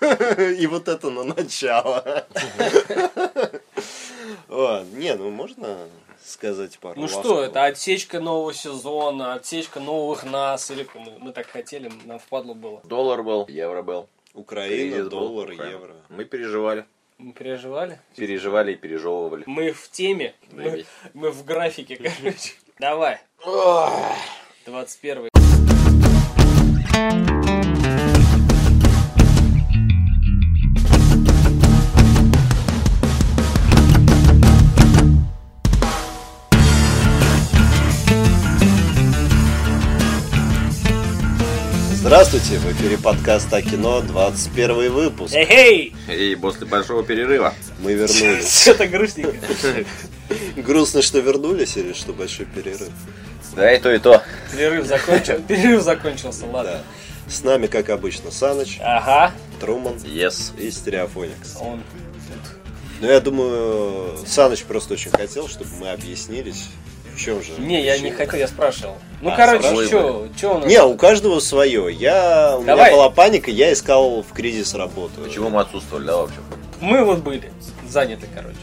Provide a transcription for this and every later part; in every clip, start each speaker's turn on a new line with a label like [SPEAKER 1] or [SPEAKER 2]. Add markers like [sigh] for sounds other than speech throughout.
[SPEAKER 1] [laughs] И вот это на начало. О, Не, ну можно сказать пару
[SPEAKER 2] Ну что,
[SPEAKER 1] ласковых?
[SPEAKER 2] это отсечка нового сезона, отсечка новых нас. Или мы, мы так хотели, нам впадло было.
[SPEAKER 3] Доллар был, евро был.
[SPEAKER 1] Украина,
[SPEAKER 3] Кризис был,
[SPEAKER 1] доллар,
[SPEAKER 3] Украина.
[SPEAKER 1] евро.
[SPEAKER 3] Мы переживали.
[SPEAKER 2] Мы переживали?
[SPEAKER 3] Переживали и пережевывали.
[SPEAKER 2] Мы в теме, мы,
[SPEAKER 3] Заебись.
[SPEAKER 2] мы в графике, короче. Давай. 21
[SPEAKER 1] Здравствуйте, в эфире подкаст о кино, 21 выпуск.
[SPEAKER 2] Эй,
[SPEAKER 3] И после большого перерыва.
[SPEAKER 1] Мы вернулись.
[SPEAKER 2] [laughs] Что-то грустненько.
[SPEAKER 1] Грустно, что вернулись или что большой перерыв?
[SPEAKER 3] Да, и то, и то.
[SPEAKER 2] Перерыв закончился. Перерыв закончился, ладно.
[SPEAKER 1] Да. С нами, как обычно, Саныч,
[SPEAKER 2] Ага,
[SPEAKER 1] Труман
[SPEAKER 3] Yes.
[SPEAKER 1] и Стереофоникс.
[SPEAKER 2] он.
[SPEAKER 1] Ну, я думаю, Саныч просто очень хотел, чтобы мы объяснились, в чем же...
[SPEAKER 2] Не, я не
[SPEAKER 1] причина.
[SPEAKER 2] хотел, я спрашивал. Ну,
[SPEAKER 1] А,
[SPEAKER 2] короче,
[SPEAKER 3] спрашивай.
[SPEAKER 2] что, что у нас?
[SPEAKER 1] Не, у каждого свое. Я... У меня
[SPEAKER 2] Давай.
[SPEAKER 1] была паника, я искал в кризис работу.
[SPEAKER 3] Почему мы отсутствовали, да, в общем?
[SPEAKER 2] Мы вот были заняты, короче.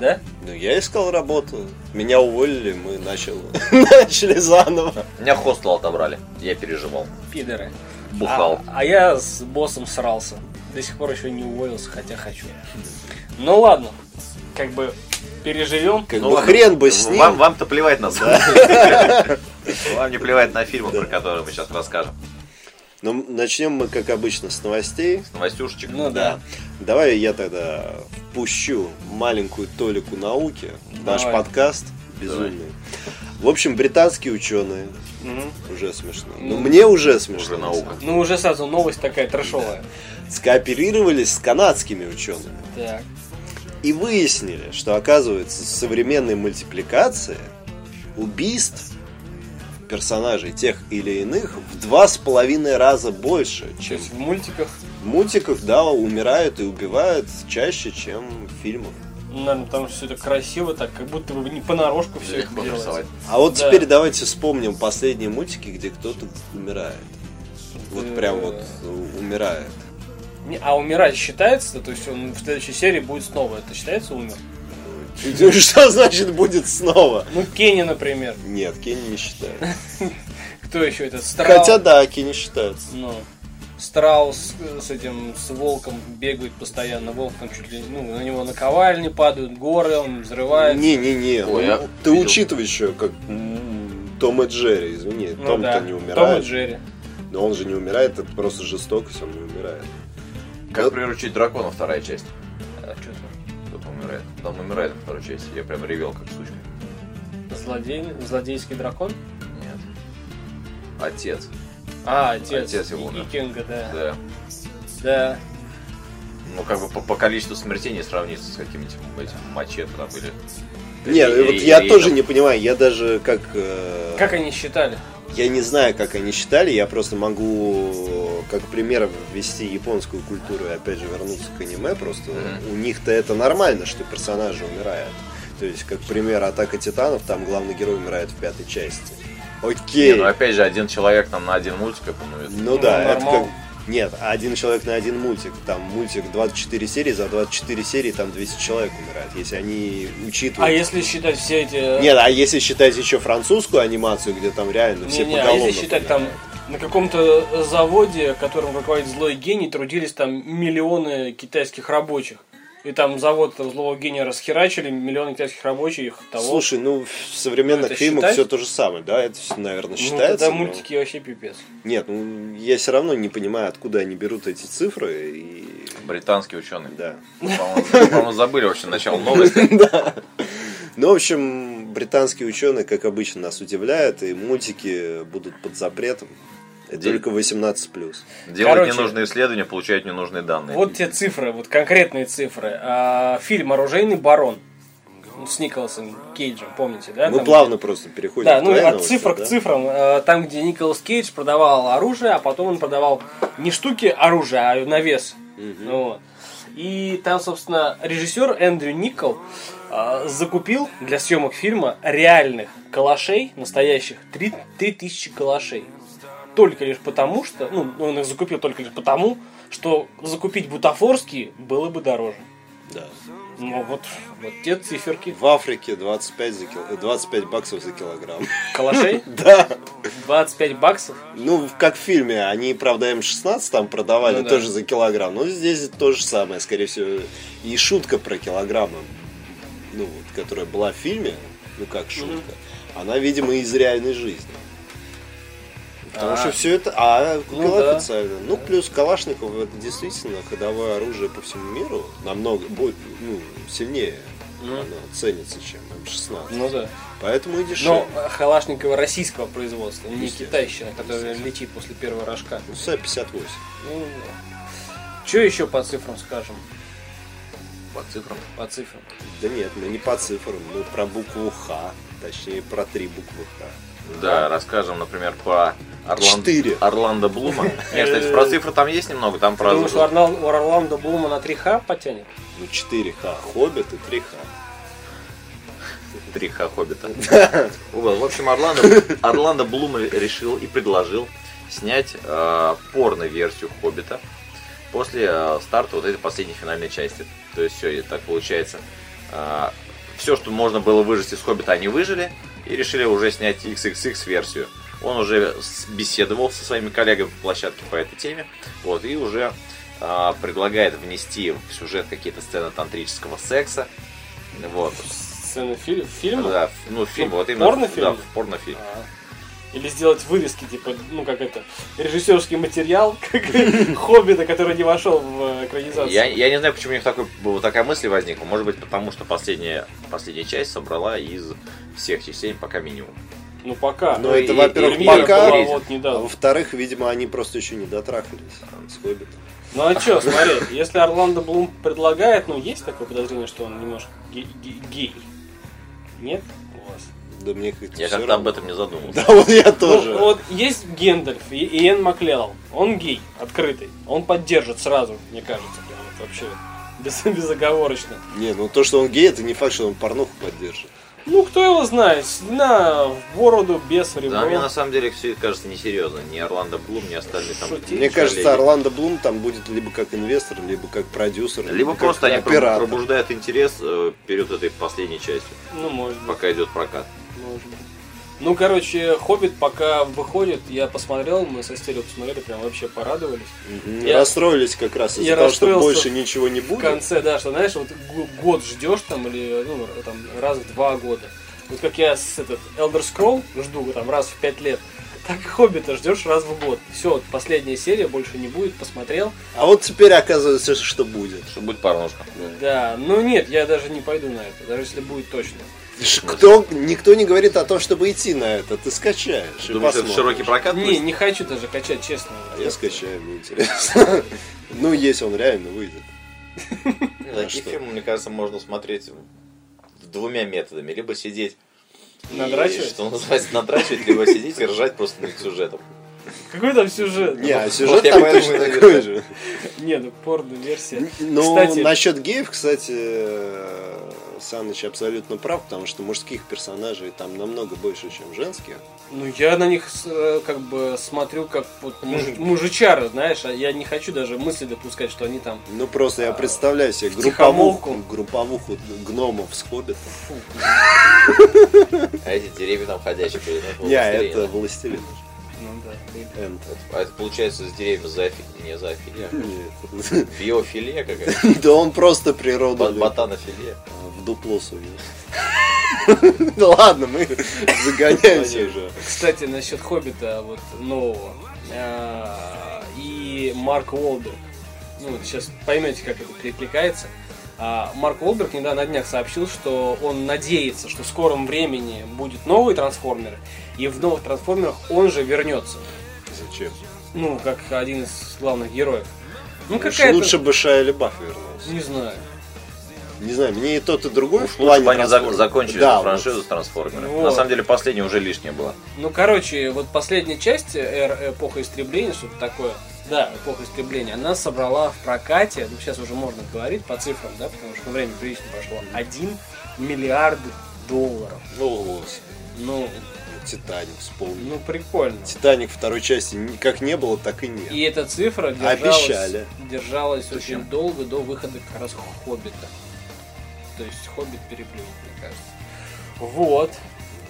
[SPEAKER 2] Да?
[SPEAKER 1] Ну, я искал работу. Меня уволили, мы начал... [laughs] начали заново.
[SPEAKER 3] Меня хостел отобрали. Я переживал.
[SPEAKER 2] Пидоры.
[SPEAKER 3] Бухал.
[SPEAKER 2] А, а я с боссом срался. До сих пор еще не уволился, хотя хочу. Ну ладно, как бы переживем.
[SPEAKER 1] Как
[SPEAKER 3] Ну
[SPEAKER 1] бы
[SPEAKER 3] ладно.
[SPEAKER 1] хрен бы с ним.
[SPEAKER 3] Вам, вам-то плевать на [laughs] Вам не плевать на фильмы, про которые мы сейчас расскажем.
[SPEAKER 1] Но начнем мы, как обычно, с новостей.
[SPEAKER 3] Новостюшечек.
[SPEAKER 2] Ну да.
[SPEAKER 1] Да. Давай я тогда впущу маленькую толику науки. в Наш
[SPEAKER 2] Давай.
[SPEAKER 1] подкаст безумный. В общем, британские ученые.
[SPEAKER 2] Мгм.
[SPEAKER 1] Уже смешно.
[SPEAKER 2] Ну,
[SPEAKER 1] Ну, мне уже смешно.
[SPEAKER 3] Уже
[SPEAKER 1] на
[SPEAKER 3] наука.
[SPEAKER 1] самом
[SPEAKER 2] Ну уже сразу новость такая трэшовая.
[SPEAKER 1] деле. Скооперировались с канадскими учеными.
[SPEAKER 2] Так.
[SPEAKER 1] И выяснили, что оказывается в современной мультипликации убийств персонажей тех или иных в два с половиной раза больше,
[SPEAKER 2] То
[SPEAKER 1] чем
[SPEAKER 2] есть в мультиках,
[SPEAKER 1] в мультиках, да, умирают и убивают чаще, чем в фильмах.
[SPEAKER 2] ну, наверное, там все это красиво, так как будто бы не понарошку все это
[SPEAKER 3] Легко нарисовать.
[SPEAKER 2] делается.
[SPEAKER 1] А вот
[SPEAKER 2] Да.
[SPEAKER 1] теперь давайте вспомним последние мультики, где кто-то умирает. Вот прям вот э, умирает.
[SPEAKER 2] Не, А умирать считается, то есть он в следующей серии будет снова. Это считается умер?
[SPEAKER 1] [laughs] Что значит будет снова?
[SPEAKER 2] Ну, Кенни, например.
[SPEAKER 1] Нет, Кенни не считает.
[SPEAKER 2] Кто еще этот? Страус.
[SPEAKER 1] Хотя да, Кенни считается.
[SPEAKER 2] Ну, Страус э, с этим, с волком бегает постоянно. Волк там чуть ли, ну, на него наковальни падают, горы, он взрывает.
[SPEAKER 1] Не-не-не,
[SPEAKER 3] Ой, я
[SPEAKER 1] ну, ты
[SPEAKER 3] видел. М-м-м.
[SPEAKER 1] учитывай еще, как м, Том и Джерри, извини,
[SPEAKER 2] Ну
[SPEAKER 1] Том-то
[SPEAKER 2] да,
[SPEAKER 1] не
[SPEAKER 2] Том и
[SPEAKER 1] умирает,
[SPEAKER 2] Джерри.
[SPEAKER 1] но он же не умирает, это просто жестокость, он не умирает.
[SPEAKER 3] Как приручить дракона, вторая часть.
[SPEAKER 2] А, чё там?
[SPEAKER 3] Кто умирает. Там умирает во второй части. Я прям ревел, как сучка.
[SPEAKER 2] Злодей, злодейский дракон?
[SPEAKER 3] Нет. Отец.
[SPEAKER 2] А, отец.
[SPEAKER 3] Отец его,
[SPEAKER 2] И- и
[SPEAKER 3] да.
[SPEAKER 2] Кинга, да.
[SPEAKER 3] Да.
[SPEAKER 2] Да.
[SPEAKER 3] Ну, как бы по, по количеству смертей не сравнится с каким-нибудь этим мачете там или...
[SPEAKER 1] Не,
[SPEAKER 3] или-
[SPEAKER 1] вот
[SPEAKER 3] или-
[SPEAKER 1] я
[SPEAKER 3] или
[SPEAKER 1] тоже
[SPEAKER 3] там-
[SPEAKER 1] не понимаю, я даже как... э,
[SPEAKER 2] Как они считали?
[SPEAKER 1] Я не знаю, как они считали, я просто могу как пример ввести японскую культуру и опять же вернуться к аниме, просто
[SPEAKER 3] Мгм.
[SPEAKER 1] у них-то это нормально, что персонажи умирают. То есть, как пример, Атака Титанов, там главный герой умирает в пятой части. Окей.
[SPEAKER 3] Не, ну опять же, один человек там на один мультик, я помню, это-
[SPEAKER 1] Ну да,
[SPEAKER 2] Ну,
[SPEAKER 1] это
[SPEAKER 2] нормал.
[SPEAKER 1] как... Нет, один человек на один мультик. Там мультик 24 серии, за 24 серии там 200 человек умирает. Если они учитывают...
[SPEAKER 2] А если считать все эти... э,
[SPEAKER 1] Нет, а если считать еще французскую анимацию, где там реально все
[SPEAKER 2] Не-не, а
[SPEAKER 1] поголовно
[SPEAKER 2] если считать там на каком-то э, заводе, которым руководит злой гений, трудились там миллионы китайских рабочих. И там завод этого злого гения расхерачили, миллионы китайских рабочих того.
[SPEAKER 1] Слушай, ну в современных
[SPEAKER 2] Это
[SPEAKER 1] фильмах
[SPEAKER 2] считать?
[SPEAKER 1] все то же самое, да? Это, всё, наверное,
[SPEAKER 2] ну,
[SPEAKER 1] считается.
[SPEAKER 2] тогда
[SPEAKER 1] но-
[SPEAKER 2] мультики вообще пипец.
[SPEAKER 1] Нет, ну я все равно не понимаю, откуда они берут эти цифры. И...
[SPEAKER 3] британский ученый. Ну,
[SPEAKER 1] Да.
[SPEAKER 3] По-моему, по-моему, забыли вообще начало
[SPEAKER 1] [laughs]
[SPEAKER 3] новости.
[SPEAKER 1] Ну, в общем, британские ученые, как обычно, нас удивляют, и мультики будут под запретом. Это
[SPEAKER 3] День-
[SPEAKER 1] только 18 плюс.
[SPEAKER 3] Делать
[SPEAKER 2] Короче.
[SPEAKER 3] ненужные исследования, получают ненужные данные.
[SPEAKER 2] Вот те цифры, вот конкретные цифры. А, фильм «Оружейный барон» ну, с Николасом Кейджем, помните, да?
[SPEAKER 1] Мы
[SPEAKER 2] там,
[SPEAKER 1] плавно просто переходим
[SPEAKER 2] Да,
[SPEAKER 1] к
[SPEAKER 2] ну
[SPEAKER 1] твоей
[SPEAKER 2] от
[SPEAKER 1] новости,
[SPEAKER 2] цифр к
[SPEAKER 1] да?
[SPEAKER 2] цифрам. Э, Там, где Николас Кейдж продавал оружие, а потом он продавал не штуки оружия, а на вес. Ну вот. И там, собственно, режиссер Эндрю Никол э, закупил для съемок фильма реальных калашей, настоящих, 3, 3000 калашей. Только лишь потому, что... Ну, он их закупил только лишь потому, что закупить бутафорские было бы дороже.
[SPEAKER 1] Да.
[SPEAKER 2] Ну вот, вот те циферки.
[SPEAKER 1] В Африке 25, за кил- э, 25 баксов за килограмм. [laughs]
[SPEAKER 2] Калашей
[SPEAKER 1] Да.
[SPEAKER 2] 25 баксов.
[SPEAKER 1] Ну, как в фильме, они, правда, М16 там продавали
[SPEAKER 2] Ну да.
[SPEAKER 1] тоже за килограмм. Но здесь то же самое, скорее всего. И шутка про килограммы, ну, вот, которая была в фильме, ну как шутка, она, видимо, из реальной жизни. Потому
[SPEAKER 2] А.
[SPEAKER 1] что все это... А, купил
[SPEAKER 2] да.
[SPEAKER 1] официально. Ну, плюс Калашников это действительно ходовое оружие по всему миру. Намного бо- ну, сильнее
[SPEAKER 2] Ну.
[SPEAKER 1] оно ценится, чем М16.
[SPEAKER 2] Ну да.
[SPEAKER 1] Поэтому и
[SPEAKER 2] Но
[SPEAKER 1] дешевле.
[SPEAKER 2] э, Халашникова российского производства, не
[SPEAKER 1] Естественно.
[SPEAKER 2] китайщина, которая летит после первого рожка.
[SPEAKER 1] Ну, С-58.
[SPEAKER 2] Ну, что еще по цифрам скажем?
[SPEAKER 3] По цифрам.
[SPEAKER 2] По цифрам.
[SPEAKER 1] Да нет, мы не по цифрам, мы про букву Х, точнее про три буквы Х.
[SPEAKER 3] Да, расскажем, например, по Орлан-
[SPEAKER 1] Четыре. Э.
[SPEAKER 3] Орландо Блума. Нет, кстати, про цифры там есть немного, там про...
[SPEAKER 2] Думаешь, у, Орнал- у Орландо Блума на 3Х потянет?
[SPEAKER 1] Ну, четыре Х, Хоббит и три Х.
[SPEAKER 3] Три Ха Хоббита. Вот, В общем, Орландо, Орландо Блум решил и предложил снять э, порно-версию Хоббита после э, старта вот этой последней финальной части. То есть все, так получается. все, что можно было выжить из Хоббита, они выжили и решили уже снять XXX-версию. Он уже с- беседовал со своими коллегами по площадке по этой теме, вот, и уже э, предлагает внести в сюжет какие-то сцены тантрического секса, вот,
[SPEAKER 2] Сцены фи- фильма?
[SPEAKER 3] да, ф- ну фильм, вот именно.
[SPEAKER 2] порнофильм?
[SPEAKER 3] Да, в порнофильм.
[SPEAKER 2] А. Или сделать вырезки, типа, ну как это, режиссерский материал, [laughs] как хоббита, который не вошел в э, экранизацию.
[SPEAKER 3] Я, я не знаю, почему у них такой, была такая мысль возникла. Может быть, потому что последняя, последняя часть собрала из всех частей пока минимум.
[SPEAKER 2] Ну пока.
[SPEAKER 1] Ну,
[SPEAKER 3] Ну,
[SPEAKER 1] это,
[SPEAKER 3] и-
[SPEAKER 1] во-первых,
[SPEAKER 3] и- и
[SPEAKER 2] Премьера
[SPEAKER 1] пока.
[SPEAKER 2] была
[SPEAKER 3] Третья.
[SPEAKER 2] вот
[SPEAKER 1] А
[SPEAKER 2] недавно.
[SPEAKER 1] во-вторых, видимо, они просто еще не дотрахались с Хоббитом.
[SPEAKER 2] Ну а чё, смотри, если Орландо Блум предлагает, ну есть такое подозрение, что он немножко ге- ге- гей. Нет? У вас?
[SPEAKER 1] Да мне как-то
[SPEAKER 3] Я
[SPEAKER 1] всё
[SPEAKER 3] как-то
[SPEAKER 1] равно.
[SPEAKER 3] об этом не задумывался.
[SPEAKER 1] [laughs] Да, вот я тоже.
[SPEAKER 2] Ну, вот есть Гендальф и Иэн Маклеллан. Он гей, открытый. Он поддержит сразу, мне кажется, прям вот вообще без- [laughs] безоговорочно.
[SPEAKER 1] Не, ну то, что он гей, это не факт, что он порнуху поддержит.
[SPEAKER 2] Ну, кто его знает? На в бороду, без в ребро.
[SPEAKER 3] Да, мне на самом деле все это кажется несерьезно. Ни Орландо Блум, ни остальные там.
[SPEAKER 2] Шутить?
[SPEAKER 1] Мне
[SPEAKER 3] коллеги.
[SPEAKER 1] кажется, Орландо Блум там будет либо как инвестор, либо как продюсер,
[SPEAKER 3] Либо
[SPEAKER 1] как
[SPEAKER 3] просто они
[SPEAKER 1] оператор.
[SPEAKER 3] пробуждают интерес э, перед этой последней частью,
[SPEAKER 2] Ну, может быть,
[SPEAKER 3] пока идет прокат.
[SPEAKER 2] может быть. Ну, короче, Хоббит пока выходит, я посмотрел, мы со стерео посмотрели, прям вообще порадовались.
[SPEAKER 1] Мгм.
[SPEAKER 2] Я-
[SPEAKER 1] Расстроились как раз из-за
[SPEAKER 2] Я
[SPEAKER 1] того, что
[SPEAKER 2] расстроился
[SPEAKER 1] больше ничего не
[SPEAKER 2] В
[SPEAKER 1] будет.
[SPEAKER 2] конце, да, что, знаешь, вот г- год ждешь там, или ну, там, раз в два года. Вот как я с этот Elder Scroll жду там раз в пять лет, так и Хоббита ждешь раз в год. Все, последняя серия, больше не будет, посмотрел.
[SPEAKER 1] А вот теперь оказывается, что будет.
[SPEAKER 3] Что будет порнушка.
[SPEAKER 2] Да, ну нет, я даже не пойду на это, даже если будет точно.
[SPEAKER 1] Ш- Кто, никто не говорит о том, чтобы идти на это. Ты скачаешь. и
[SPEAKER 3] Думаешь, это
[SPEAKER 1] посмотришь.
[SPEAKER 3] широкий прокат?
[SPEAKER 2] Не, не хочу даже качать, честно.
[SPEAKER 1] А Я скачаю, мне интересно. [laughs] Ну, если он реально выйдет.
[SPEAKER 3] Ну,
[SPEAKER 1] Да,
[SPEAKER 3] Такие
[SPEAKER 1] что?
[SPEAKER 3] фильмы, мне кажется, можно смотреть двумя методами. Либо сидеть и,
[SPEAKER 2] Надрачивать?
[SPEAKER 3] что называется, надрачивать, либо сидеть и ржать просто над сюжетом.
[SPEAKER 2] Какой там сюжет?
[SPEAKER 1] Не, а
[SPEAKER 3] Ну, Вот
[SPEAKER 1] сюжет
[SPEAKER 3] я
[SPEAKER 1] там
[SPEAKER 3] поэтому
[SPEAKER 1] точно
[SPEAKER 3] и говорю,
[SPEAKER 1] такой
[SPEAKER 3] да.
[SPEAKER 1] же.
[SPEAKER 2] Не, ну порно-версия.
[SPEAKER 1] Ну,
[SPEAKER 2] Кстати-
[SPEAKER 1] насчет геев, кстати, э, Саныч абсолютно прав, потому что мужских персонажей там намного больше, чем женских.
[SPEAKER 2] Ну, я на них с- э, как бы смотрю как вот муж- мужичары, знаешь, а я не хочу даже мысли допускать, что они там...
[SPEAKER 1] Ну, просто я представляю себе
[SPEAKER 2] втихомолку.
[SPEAKER 1] групповуху, групповуху гномов с хоббитом.
[SPEAKER 2] Фу,
[SPEAKER 3] А эти деревья там ходячие были. ну, это
[SPEAKER 1] Не,
[SPEAKER 3] властелин.
[SPEAKER 1] это властелин.
[SPEAKER 2] ну да.
[SPEAKER 1] Энд.
[SPEAKER 3] А это получается с деревьев зоофи- не зоофилия,
[SPEAKER 1] Нет.
[SPEAKER 3] биофилия какая-то,
[SPEAKER 1] [laughs] Ну Да он просто природу
[SPEAKER 3] бот-
[SPEAKER 1] любит.
[SPEAKER 3] ботанофилия.
[SPEAKER 1] А, в дупло сунет. [laughs] Ну ладно, мы загоняемся уже.
[SPEAKER 2] Кстати, насчет Хоббита вот нового. А, И Марк Уолберг. Ну, сейчас поймете, как это перекликается. А, Марк Уолберг недавно на днях сообщил, что он надеется, что в скором времени будут новые трансформеры, и в новых трансформерах он же вернется.
[SPEAKER 1] Зачем?
[SPEAKER 2] Ну, как один из главных героев. Ну,
[SPEAKER 1] Уж
[SPEAKER 2] какая-то...
[SPEAKER 1] Лучше бы Шайя Лебаф вернулся.
[SPEAKER 2] Не знаю.
[SPEAKER 1] Не знаю, мне и тот, и другой Ну, в
[SPEAKER 3] Уж лучше
[SPEAKER 1] плане
[SPEAKER 3] бы они зак-
[SPEAKER 1] трансформ-
[SPEAKER 3] закончили
[SPEAKER 1] Да,
[SPEAKER 3] эту
[SPEAKER 1] вот.
[SPEAKER 3] франшизу с трансформерами.
[SPEAKER 2] Вот.
[SPEAKER 3] На самом деле последняя уже лишняя была.
[SPEAKER 2] Ну, короче, вот последняя часть «Эр- эпоха истребления, что-то такое. Да, эпоха истребления. Она собрала в прокате, ну сейчас уже можно говорить по цифрам, да, потому что время прилично прошло, 1 миллиард долларов.
[SPEAKER 1] Ну,
[SPEAKER 2] Ну,
[SPEAKER 1] Титаник вспомнил.
[SPEAKER 2] Ну, прикольно.
[SPEAKER 1] Титаник второй части ни- как не было, так и нет.
[SPEAKER 2] И эта цифра держалась,
[SPEAKER 1] Обещали.
[SPEAKER 2] держалась
[SPEAKER 3] Зачем?
[SPEAKER 2] очень долго до выхода как раз Хоббита. То есть Хоббит переплюнул, мне кажется. Вот,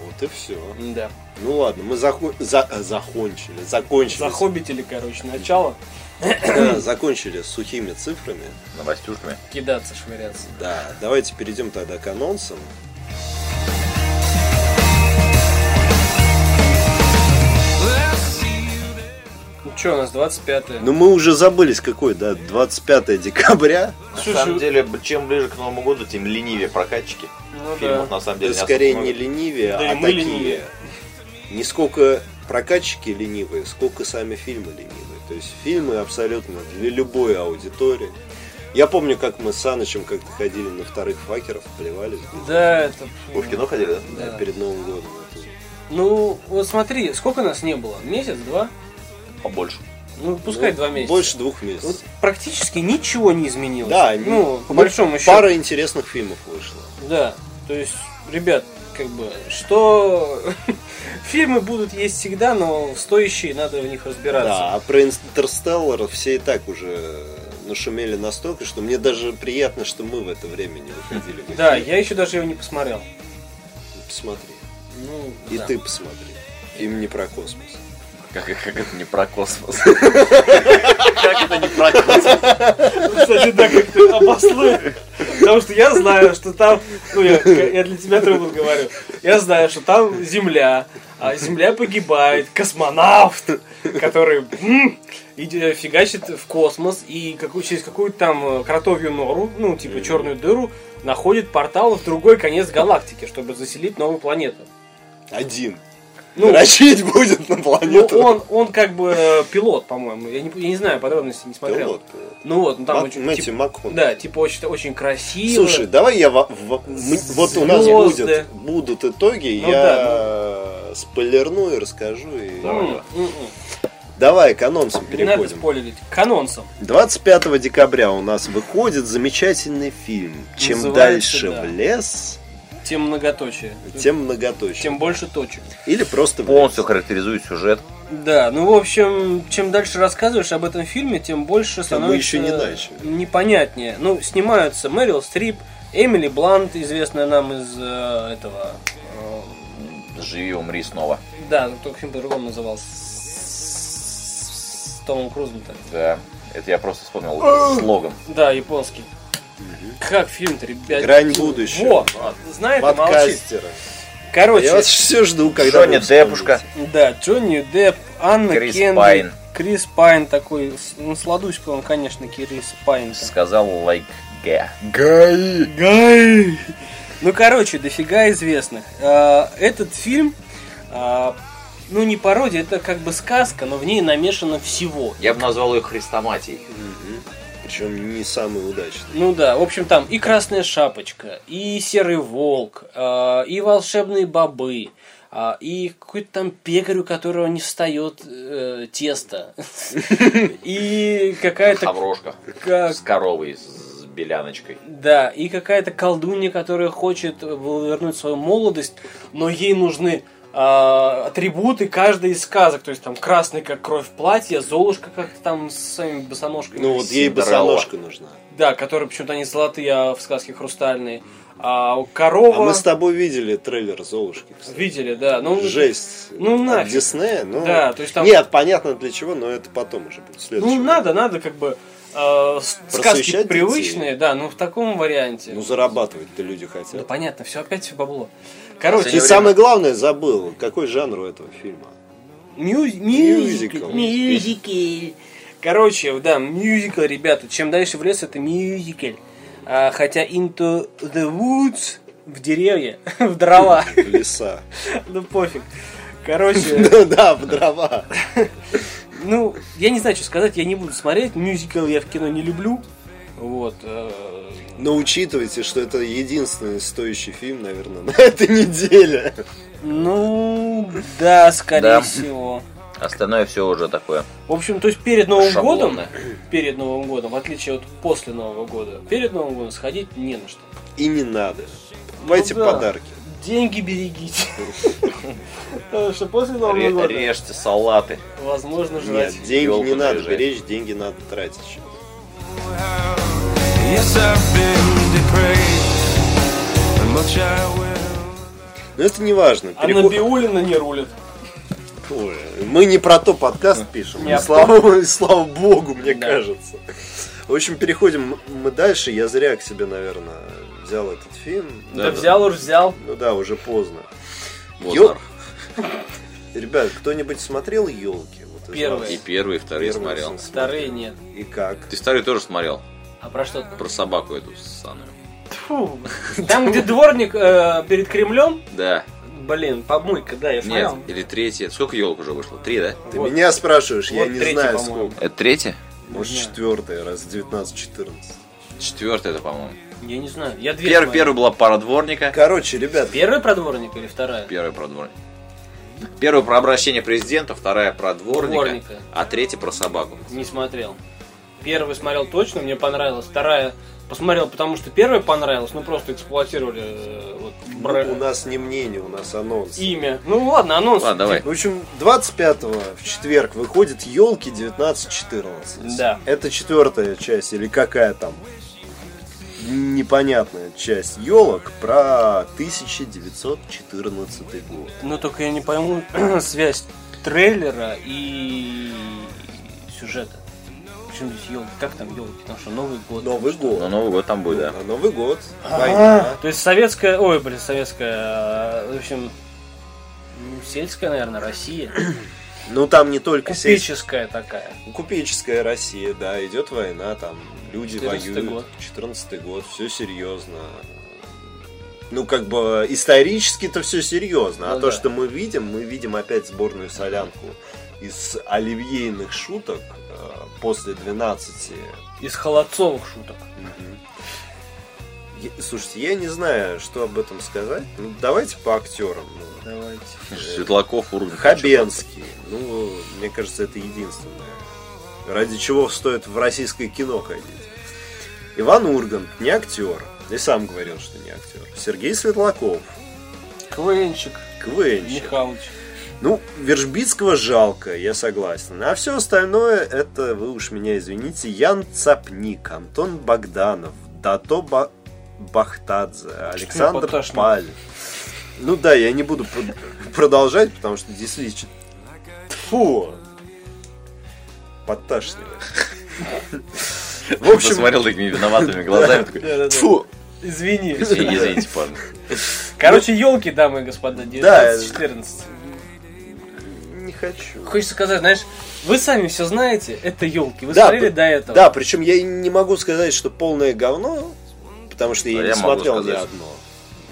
[SPEAKER 1] Вот и все.
[SPEAKER 2] да.
[SPEAKER 1] Ну ладно, мы захо- за- э, закончили. Закончили.
[SPEAKER 2] Захоббитили, короче, начало [clears throat]
[SPEAKER 1] закончили с сухими цифрами.
[SPEAKER 3] Новостюшками.
[SPEAKER 2] кидаться, швыряться.
[SPEAKER 1] Да, давайте перейдем тогда к анонсам.
[SPEAKER 2] Ну что, у нас 25-е.
[SPEAKER 1] Ну мы уже забылись какой, да, 25 декабря.
[SPEAKER 3] На
[SPEAKER 2] Слушай,
[SPEAKER 3] самом
[SPEAKER 2] вот-
[SPEAKER 3] деле, б- чем ближе к Новому году, тем ленивее прокатчики.
[SPEAKER 2] Ну
[SPEAKER 3] Фильмов
[SPEAKER 2] да.
[SPEAKER 3] на самом деле
[SPEAKER 1] Да
[SPEAKER 3] не
[SPEAKER 1] скорее
[SPEAKER 3] особо
[SPEAKER 1] не
[SPEAKER 3] много.
[SPEAKER 1] ленивее,
[SPEAKER 2] Да и
[SPEAKER 1] а
[SPEAKER 2] мы
[SPEAKER 1] такие.
[SPEAKER 2] ленивее.
[SPEAKER 1] Не сколько прокатчики ленивые, сколько сами фильмы ленивые. То есть фильмы абсолютно для любой аудитории. Я помню, как мы с Санычем как-то ходили на вторых факеров, плевались
[SPEAKER 2] Да, это...
[SPEAKER 3] Вы в кино ходили, да?
[SPEAKER 1] да,
[SPEAKER 2] Да.
[SPEAKER 1] перед Новым годом. Это-
[SPEAKER 2] Ну, вот смотри, сколько нас не было? Месяц, два?
[SPEAKER 3] Побольше.
[SPEAKER 2] Ну, пускай
[SPEAKER 1] Ну,
[SPEAKER 2] два месяца.
[SPEAKER 1] Больше двух
[SPEAKER 2] Вот
[SPEAKER 1] месяцев.
[SPEAKER 2] практически ничего не изменилось.
[SPEAKER 1] Да,
[SPEAKER 2] ну,
[SPEAKER 1] ну,
[SPEAKER 2] по большому счету.
[SPEAKER 1] Пара интересных фильмов вышла.
[SPEAKER 2] Да, то есть, ребят, как бы, что [laughs] фильмы будут есть всегда, но стоящие надо в них разбираться.
[SPEAKER 1] Да, а про Интерстеллар все и так уже нашумели настолько, что мне даже приятно, что мы в это время не выходили. в эфир.
[SPEAKER 2] Да, я еще даже его не посмотрел.
[SPEAKER 1] Посмотри.
[SPEAKER 2] Ну,
[SPEAKER 1] И
[SPEAKER 2] да.
[SPEAKER 1] ты посмотри. Им не про космос.
[SPEAKER 3] Как, как это не про космос? Как это не про космос?
[SPEAKER 2] Кстати, да, как ты обоснуй. Потому что я знаю, что там, ну, я, я для тебя трудно говорю, я знаю, что там Земля, а Земля погибает, космонавт, который м, иди- фигачит в космос и какую- через какую-то там э, кротовью нору, ну, типа черную дыру, находит портал в другой конец галактики, чтобы заселить новую планету.
[SPEAKER 1] Один. [laughs]
[SPEAKER 2] Ну,
[SPEAKER 1] Дрочить будет на
[SPEAKER 2] ну,
[SPEAKER 1] планету.
[SPEAKER 2] он, он как бы э, пилот, по-моему. Я не, я не знаю подробностей, не смотрел.
[SPEAKER 1] Пилот, пилот.
[SPEAKER 2] Ну вот, ну там
[SPEAKER 1] Мак-
[SPEAKER 2] очень,
[SPEAKER 1] Мэтью
[SPEAKER 2] типа-
[SPEAKER 1] МакКонахи.
[SPEAKER 2] Да, типа очень, очень красиво.
[SPEAKER 1] Слушай, давай я во- во- м- вот у нас
[SPEAKER 2] Звезды.
[SPEAKER 1] будет, будут итоги,
[SPEAKER 2] Ну
[SPEAKER 1] я спойлерну и расскажу. и-
[SPEAKER 2] М, м, м.
[SPEAKER 1] Давай к анонсам
[SPEAKER 2] Не надо
[SPEAKER 1] переходим.
[SPEAKER 2] спойлерить. К анонсам.
[SPEAKER 1] 25 декабря у нас выходит замечательный фильм. Чем
[SPEAKER 2] Называется,
[SPEAKER 1] дальше
[SPEAKER 2] да.
[SPEAKER 1] в лес,
[SPEAKER 2] Тем многоточие.
[SPEAKER 1] тем многоточие.
[SPEAKER 2] Тем больше точек.
[SPEAKER 1] Или просто в
[SPEAKER 3] Полностью
[SPEAKER 1] лес.
[SPEAKER 3] характеризует сюжет.
[SPEAKER 2] Да, ну в общем, чем дальше рассказываешь об этом фильме, тем больше становится
[SPEAKER 1] еще не начали.
[SPEAKER 2] непонятнее. Ну, снимаются Мэрил Стрип, Эмили Блант, известная нам из э, этого... э,
[SPEAKER 3] Живи, умри снова.
[SPEAKER 2] да, ну, только фильм по-другому назывался. С с Томом Крузом-то.
[SPEAKER 3] Да. Это я просто вспомнил
[SPEAKER 1] А,
[SPEAKER 3] слоган.
[SPEAKER 2] Да, японский. Как фильм-то, ребят?
[SPEAKER 1] Грань будущего.
[SPEAKER 2] Вот, знает и молчит.
[SPEAKER 1] Подкастера.
[SPEAKER 2] Короче,
[SPEAKER 1] Я вас все жду, когда
[SPEAKER 3] Джонни
[SPEAKER 1] вы вспомните.
[SPEAKER 3] Депушка.
[SPEAKER 2] Да, Джонни Депп, Анна
[SPEAKER 3] Крис
[SPEAKER 2] Кендрик,
[SPEAKER 3] Пайн.
[SPEAKER 2] Крис Пайн такой, с- ну, сладуська он, конечно, Крис Пайн.
[SPEAKER 3] Сказал лайк ге.
[SPEAKER 2] Ну, короче, дофига известных. А, Этот фильм, а, ну, не пародия, это как бы сказка, но в ней намешано всего.
[SPEAKER 3] Я бы назвал ее Христоматией.
[SPEAKER 1] Причем не самый удачный.
[SPEAKER 2] Ну да, в общем, там и Красная Шапочка, и Серый Волк, а, и Волшебные Бобы, а, и какой-то там пекарь, у которого не встает э, тесто, [laughs] и какая-то
[SPEAKER 3] Хаврошка.
[SPEAKER 2] Как-
[SPEAKER 3] С коровой, с беляночкой.
[SPEAKER 2] Да, и какая-то колдунья, которая хочет э, вернуть свою молодость, но ей нужны а, атрибуты каждой из сказок. То есть там красный как кровь платья, Золушка как там с своими босоножками.
[SPEAKER 1] Ну вот ей
[SPEAKER 3] Синдерелла.
[SPEAKER 1] босоножка нужна.
[SPEAKER 2] Да, которые почему-то они золотые, а в сказке хрустальные. А у
[SPEAKER 1] А
[SPEAKER 2] корова...
[SPEAKER 1] мы с тобой видели трейлер Золушки. кстати.
[SPEAKER 2] Видели, да. Ну,
[SPEAKER 1] Жесть.
[SPEAKER 2] ну
[SPEAKER 1] От
[SPEAKER 2] нафиг.
[SPEAKER 1] Диснея, ну.
[SPEAKER 2] Да, то есть там-
[SPEAKER 1] Нет, понятно для чего, но это потом уже будет. в следующем.
[SPEAKER 2] Ну, надо, надо как бы... э, с- сказки
[SPEAKER 1] Просвещать
[SPEAKER 2] привычные, да, но в таком варианте.
[SPEAKER 1] Ну зарабатывать-то люди
[SPEAKER 2] Ну,
[SPEAKER 1] хотят.
[SPEAKER 2] понятно, все опять все бабло.
[SPEAKER 1] Ты
[SPEAKER 2] Короче,
[SPEAKER 3] Сегодня
[SPEAKER 1] самое главное забыл, какой жанр у этого фильма.
[SPEAKER 2] Мюз-
[SPEAKER 1] Мюзикл.
[SPEAKER 2] мюзикл. Мюзикл. Короче, да, мюзикл, ребята. Чем дальше в лес, это мюзикл. А, хотя Into the Woods в деревья, [laughs] в дрова.
[SPEAKER 1] В
[SPEAKER 2] [laughs]
[SPEAKER 1] Леса.
[SPEAKER 2] Ну пофиг.
[SPEAKER 1] [laughs]
[SPEAKER 2] Короче,
[SPEAKER 1] Да, да, в дрова.
[SPEAKER 2] ну, я не знаю, что сказать, я не буду смотреть. Мюзикл я в кино не люблю. Вот. э,
[SPEAKER 1] Но учитывайте, что это единственный стоящий фильм, наверное, [laughs] на этой неделе.
[SPEAKER 2] Ну, да, скорее
[SPEAKER 3] Да.
[SPEAKER 2] всего.
[SPEAKER 3] Остальное все уже такое.
[SPEAKER 2] В общем, то есть перед Новым годом,
[SPEAKER 3] Шаблонное.
[SPEAKER 2] перед Новым годом, в отличие от после Нового года, перед Новым годом сходить не на что.
[SPEAKER 1] И не надо. Давайте
[SPEAKER 2] Ну да.
[SPEAKER 1] подарки.
[SPEAKER 2] Деньги берегите. Потому что после Нового
[SPEAKER 3] Ре-
[SPEAKER 2] года
[SPEAKER 3] Режьте салаты.
[SPEAKER 2] возможно
[SPEAKER 1] Нет,
[SPEAKER 2] жрать.
[SPEAKER 1] деньги не
[SPEAKER 3] Ёлку
[SPEAKER 1] надо
[SPEAKER 3] наряжай.
[SPEAKER 1] беречь, деньги надо тратить. щас.
[SPEAKER 4] Yes, I've been depraved, and much I will.
[SPEAKER 1] Но это не важно.
[SPEAKER 2] А
[SPEAKER 1] Переход-
[SPEAKER 2] Набиулина не рулит.
[SPEAKER 1] Ой, Мы не про то подкаст пишем.
[SPEAKER 2] Не
[SPEAKER 1] И
[SPEAKER 2] об
[SPEAKER 1] слава, и [laughs] слава богу, мне
[SPEAKER 2] Да.
[SPEAKER 1] кажется. В общем, переходим мы дальше. Я зря к себе, наверное, взял этот фильм.
[SPEAKER 3] Да,
[SPEAKER 2] Да
[SPEAKER 3] да.
[SPEAKER 2] взял уж взял.
[SPEAKER 1] Ну да, уже поздно.
[SPEAKER 3] Вот
[SPEAKER 1] Ёл-
[SPEAKER 3] нар.
[SPEAKER 1] [laughs] Ребят, кто-нибудь смотрел елки? Вот из
[SPEAKER 2] Первый.
[SPEAKER 1] вас?
[SPEAKER 3] И первый, и второй
[SPEAKER 1] Первый
[SPEAKER 3] смотрел.
[SPEAKER 1] сын.
[SPEAKER 2] Вторые нет.
[SPEAKER 1] И как?
[SPEAKER 3] Ты второй тоже смотрел?
[SPEAKER 2] А про что? ты?
[SPEAKER 3] Про собаку эту ссаную.
[SPEAKER 2] Фу. [laughs] Там, где дворник э, перед Кремлем,
[SPEAKER 3] Да.
[SPEAKER 2] блин, помойка, да, я
[SPEAKER 3] Нет,
[SPEAKER 2] смотрел.
[SPEAKER 3] или третья. Сколько елок уже вышло? Три, да?
[SPEAKER 1] Ты
[SPEAKER 2] Вот.
[SPEAKER 1] меня спрашиваешь, я
[SPEAKER 2] Вот
[SPEAKER 1] не
[SPEAKER 2] третий,
[SPEAKER 1] знаю
[SPEAKER 2] по-моему.
[SPEAKER 1] сколько.
[SPEAKER 3] Это третья?
[SPEAKER 1] Может,
[SPEAKER 2] Не знаю.
[SPEAKER 1] четвертый раз, 19-14.
[SPEAKER 3] Четвертая это, по-моему.
[SPEAKER 2] Я не знаю. Я две
[SPEAKER 3] Первый,
[SPEAKER 2] смотрел.
[SPEAKER 3] первый была пара дворника.
[SPEAKER 1] Короче, ребят,
[SPEAKER 2] Первый про дворника или вторая?
[SPEAKER 3] Первый про дворника. Первая про обращение президента, вторая про дворника,
[SPEAKER 2] Дворника.
[SPEAKER 3] а третья про собаку.
[SPEAKER 2] Не смотрел. Первый смотрел точно, мне понравилось. Вторая посмотрел, потому что первая понравилась, ну просто эксплуатировали э, вот,
[SPEAKER 1] ну,
[SPEAKER 2] бра-
[SPEAKER 1] у нас не мнение, у нас анонс.
[SPEAKER 2] имя. Ну ладно, анонс.
[SPEAKER 3] Ладно, давай.
[SPEAKER 1] В общем, 25-го в четверг выходит елки 19-14.
[SPEAKER 2] Да.
[SPEAKER 1] Это четвертая часть или какая там непонятная часть елок про 1914 год.
[SPEAKER 2] Ну только я не пойму [clears throat] связь трейлера и сюжета. Почему здесь елки? Как там елки? Там что, Новый год?
[SPEAKER 1] Новый год.
[SPEAKER 3] Но Ну, Новый год там будет, да.
[SPEAKER 1] На Новый год. Война.
[SPEAKER 2] То есть советская, ой, блин, советская, э, в общем, ну, сельская, наверное,
[SPEAKER 3] [clears throat]
[SPEAKER 2] Россия.
[SPEAKER 1] Ну там не только сельская,
[SPEAKER 2] Купеческая такая.
[SPEAKER 1] купеческая Россия, да, идет война, там люди
[SPEAKER 2] 14-й
[SPEAKER 1] воюют.
[SPEAKER 2] год.
[SPEAKER 1] 14 год, все серьезно. Ну, как бы исторически-то все серьезно. а
[SPEAKER 2] Ну
[SPEAKER 1] то,
[SPEAKER 2] да.
[SPEAKER 1] что мы видим, мы видим опять сборную солянку из оливьейных шуток э, после 12.
[SPEAKER 2] Из холодцовых шуток.
[SPEAKER 1] Я- слушайте, я не знаю, что об этом сказать. Ну, давайте по актерам. Ну,
[SPEAKER 2] Давайте.
[SPEAKER 3] Светлаков, Ургант.
[SPEAKER 1] Хабенский. Ну, мне кажется, это единственное. Ради чего стоит в российское кино ходить. Иван Ургант не актер. И сам говорил, что не актер. Сергей Светлаков.
[SPEAKER 2] Квенчик,
[SPEAKER 1] КВНщик.
[SPEAKER 2] Михалыч.
[SPEAKER 1] Ну, Вержбицкого жалко, я согласен. А все остальное, это, вы уж меня извините, Ян Цапник, Антон Богданов, Дато Ба- Бахтадзе, Александр
[SPEAKER 2] потошно?
[SPEAKER 1] Паль. Ну да, я не буду под- продолжать, потому что действительно... Фу! Подташнивает. В
[SPEAKER 3] Общем...
[SPEAKER 1] общем,
[SPEAKER 3] Смотрел такими виноватыми глазами. такой,
[SPEAKER 1] фу!
[SPEAKER 2] Извини.
[SPEAKER 3] «Извини, Извините, парни.
[SPEAKER 2] Короче, елки, дамы и господа, 19-14.
[SPEAKER 1] Не хочу.
[SPEAKER 2] Хочется сказать, знаешь, вы сами все знаете, это елки. Вы
[SPEAKER 1] Да,
[SPEAKER 2] смотрели
[SPEAKER 1] п-
[SPEAKER 2] до этого.
[SPEAKER 1] Да, причем я и не могу сказать, что полное говно, потому что я
[SPEAKER 3] А
[SPEAKER 1] не
[SPEAKER 3] я могу
[SPEAKER 1] смотрел ни
[SPEAKER 3] сказать.
[SPEAKER 1] одно.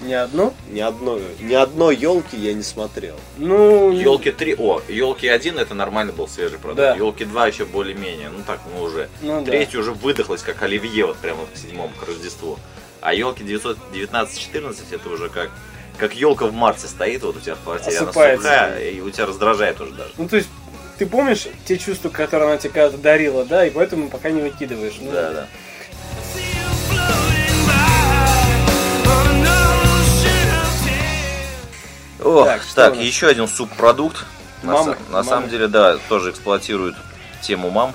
[SPEAKER 2] Не одну.
[SPEAKER 1] Ни одной, ни одной елки я не смотрел.
[SPEAKER 2] Ну,
[SPEAKER 3] Елки 3, о, елки 1 это нормально был свежий
[SPEAKER 2] Да.
[SPEAKER 3] продукт. Елки 2 еще более-менее, ну так, ну уже.
[SPEAKER 2] Ну да.
[SPEAKER 3] Третий уже выдохлась, как Оливье, вот прямо к седьмому, к Рождеству. А елки 19-14 это уже как как елка в марте стоит, вот у тебя в квартире она
[SPEAKER 2] Осыпается.
[SPEAKER 3] сухая, и у тебя раздражает уже даже.
[SPEAKER 2] Ну, то есть, ты помнишь те чувства, которые она тебе когда-то дарила, да, и поэтому пока не выкидываешь. Ну,
[SPEAKER 3] Да, да.
[SPEAKER 4] See you floating by on an ocean of tears.
[SPEAKER 3] О,
[SPEAKER 2] Так,
[SPEAKER 3] так,
[SPEAKER 2] что у нас?
[SPEAKER 3] еще один субпродукт. На,
[SPEAKER 2] Мамы,
[SPEAKER 3] са- на
[SPEAKER 2] мамы.
[SPEAKER 3] самом деле, да, тоже эксплуатируют тему мам.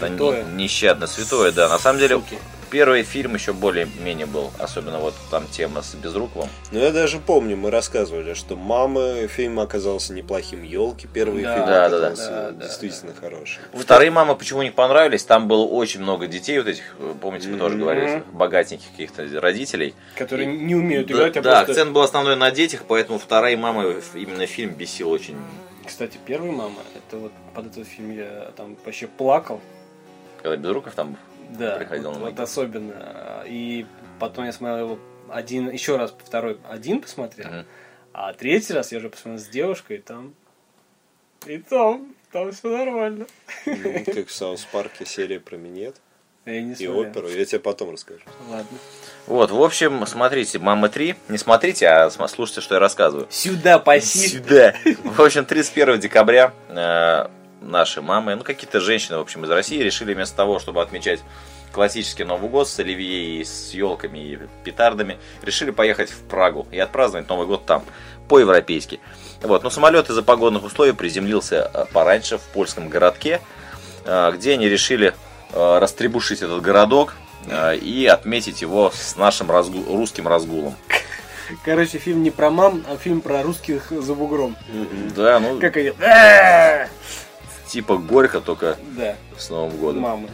[SPEAKER 3] Они
[SPEAKER 2] Святое.
[SPEAKER 3] нещадно святое, да. На самом деле,
[SPEAKER 2] Суки.
[SPEAKER 3] первый фильм еще более-менее был. Особенно вот там тема с Безруковым.
[SPEAKER 1] Но я даже помню, мы рассказывали, что мамы фильм оказался неплохим. Елки первый
[SPEAKER 2] Да.
[SPEAKER 1] фильм
[SPEAKER 3] Да, да, да.
[SPEAKER 1] оказался
[SPEAKER 2] Да, да,
[SPEAKER 1] действительно
[SPEAKER 2] [laughs]
[SPEAKER 1] хороший.
[SPEAKER 3] Вторые мамы почему не понравились? Там было очень много детей вот этих, э, помните, мы тоже говорили, этих богатеньких каких-то родителей.
[SPEAKER 2] Которые не умеют
[SPEAKER 3] Да,
[SPEAKER 2] играть, а
[SPEAKER 3] да,
[SPEAKER 2] просто...
[SPEAKER 3] акцент был основной на детях, поэтому вторая мама именно фильм бесил очень.
[SPEAKER 2] Кстати, первая мама, это вот под этот фильм я там вообще плакал.
[SPEAKER 3] Когда Безруков там
[SPEAKER 2] Да,
[SPEAKER 3] приходил
[SPEAKER 2] вот,
[SPEAKER 3] на
[SPEAKER 2] вот
[SPEAKER 3] ноги.
[SPEAKER 2] особенно. А, И потом я смотрел его один, еще раз, второй один посмотрел,
[SPEAKER 3] Мгм.
[SPEAKER 2] а третий раз я уже посмотрел с девушкой, и там... И там, там все нормально.
[SPEAKER 1] Ну, Как в Саус Парке серия про минет
[SPEAKER 2] Я не
[SPEAKER 1] и
[SPEAKER 2] смотрел.
[SPEAKER 1] оперу. Я тебе потом расскажу.
[SPEAKER 2] Ладно.
[SPEAKER 3] Вот, в общем, смотрите, мама 3. Не смотрите, а см- слушайте, что я рассказываю.
[SPEAKER 2] Сюда паси.
[SPEAKER 3] Сюда. В общем, 31 декабря э, наши мамы, ну какие-то женщины, в общем, из России решили вместо того, чтобы отмечать классический Новый год с оливье и с елками и петардами, решили поехать в Прагу и отпраздновать Новый год там, по-европейски. Вот, но самолет из-за погодных условий приземлился э, пораньше в польском городке, э, где они решили э, растребушить этот городок э, и отметить его с нашим разгу- русским разгулом.
[SPEAKER 2] Короче, фильм не про мам, а фильм про русских за бугром.
[SPEAKER 3] Да, ну,
[SPEAKER 2] Как они... «Э-э-э!»
[SPEAKER 3] типа горько, только
[SPEAKER 2] Да,
[SPEAKER 3] с Новым годом.
[SPEAKER 2] мамы.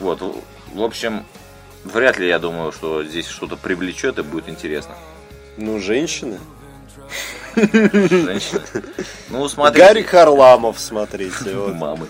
[SPEAKER 3] Вот, в- в общем, вряд ли я думаю, что здесь что-то привлечет и будет интересно.
[SPEAKER 1] Ну, женщины.
[SPEAKER 3] Женщины. Ну, смотрите.
[SPEAKER 1] Гарри Харламов,
[SPEAKER 3] [laughs]
[SPEAKER 1] смотрите. вот.
[SPEAKER 3] Мамы.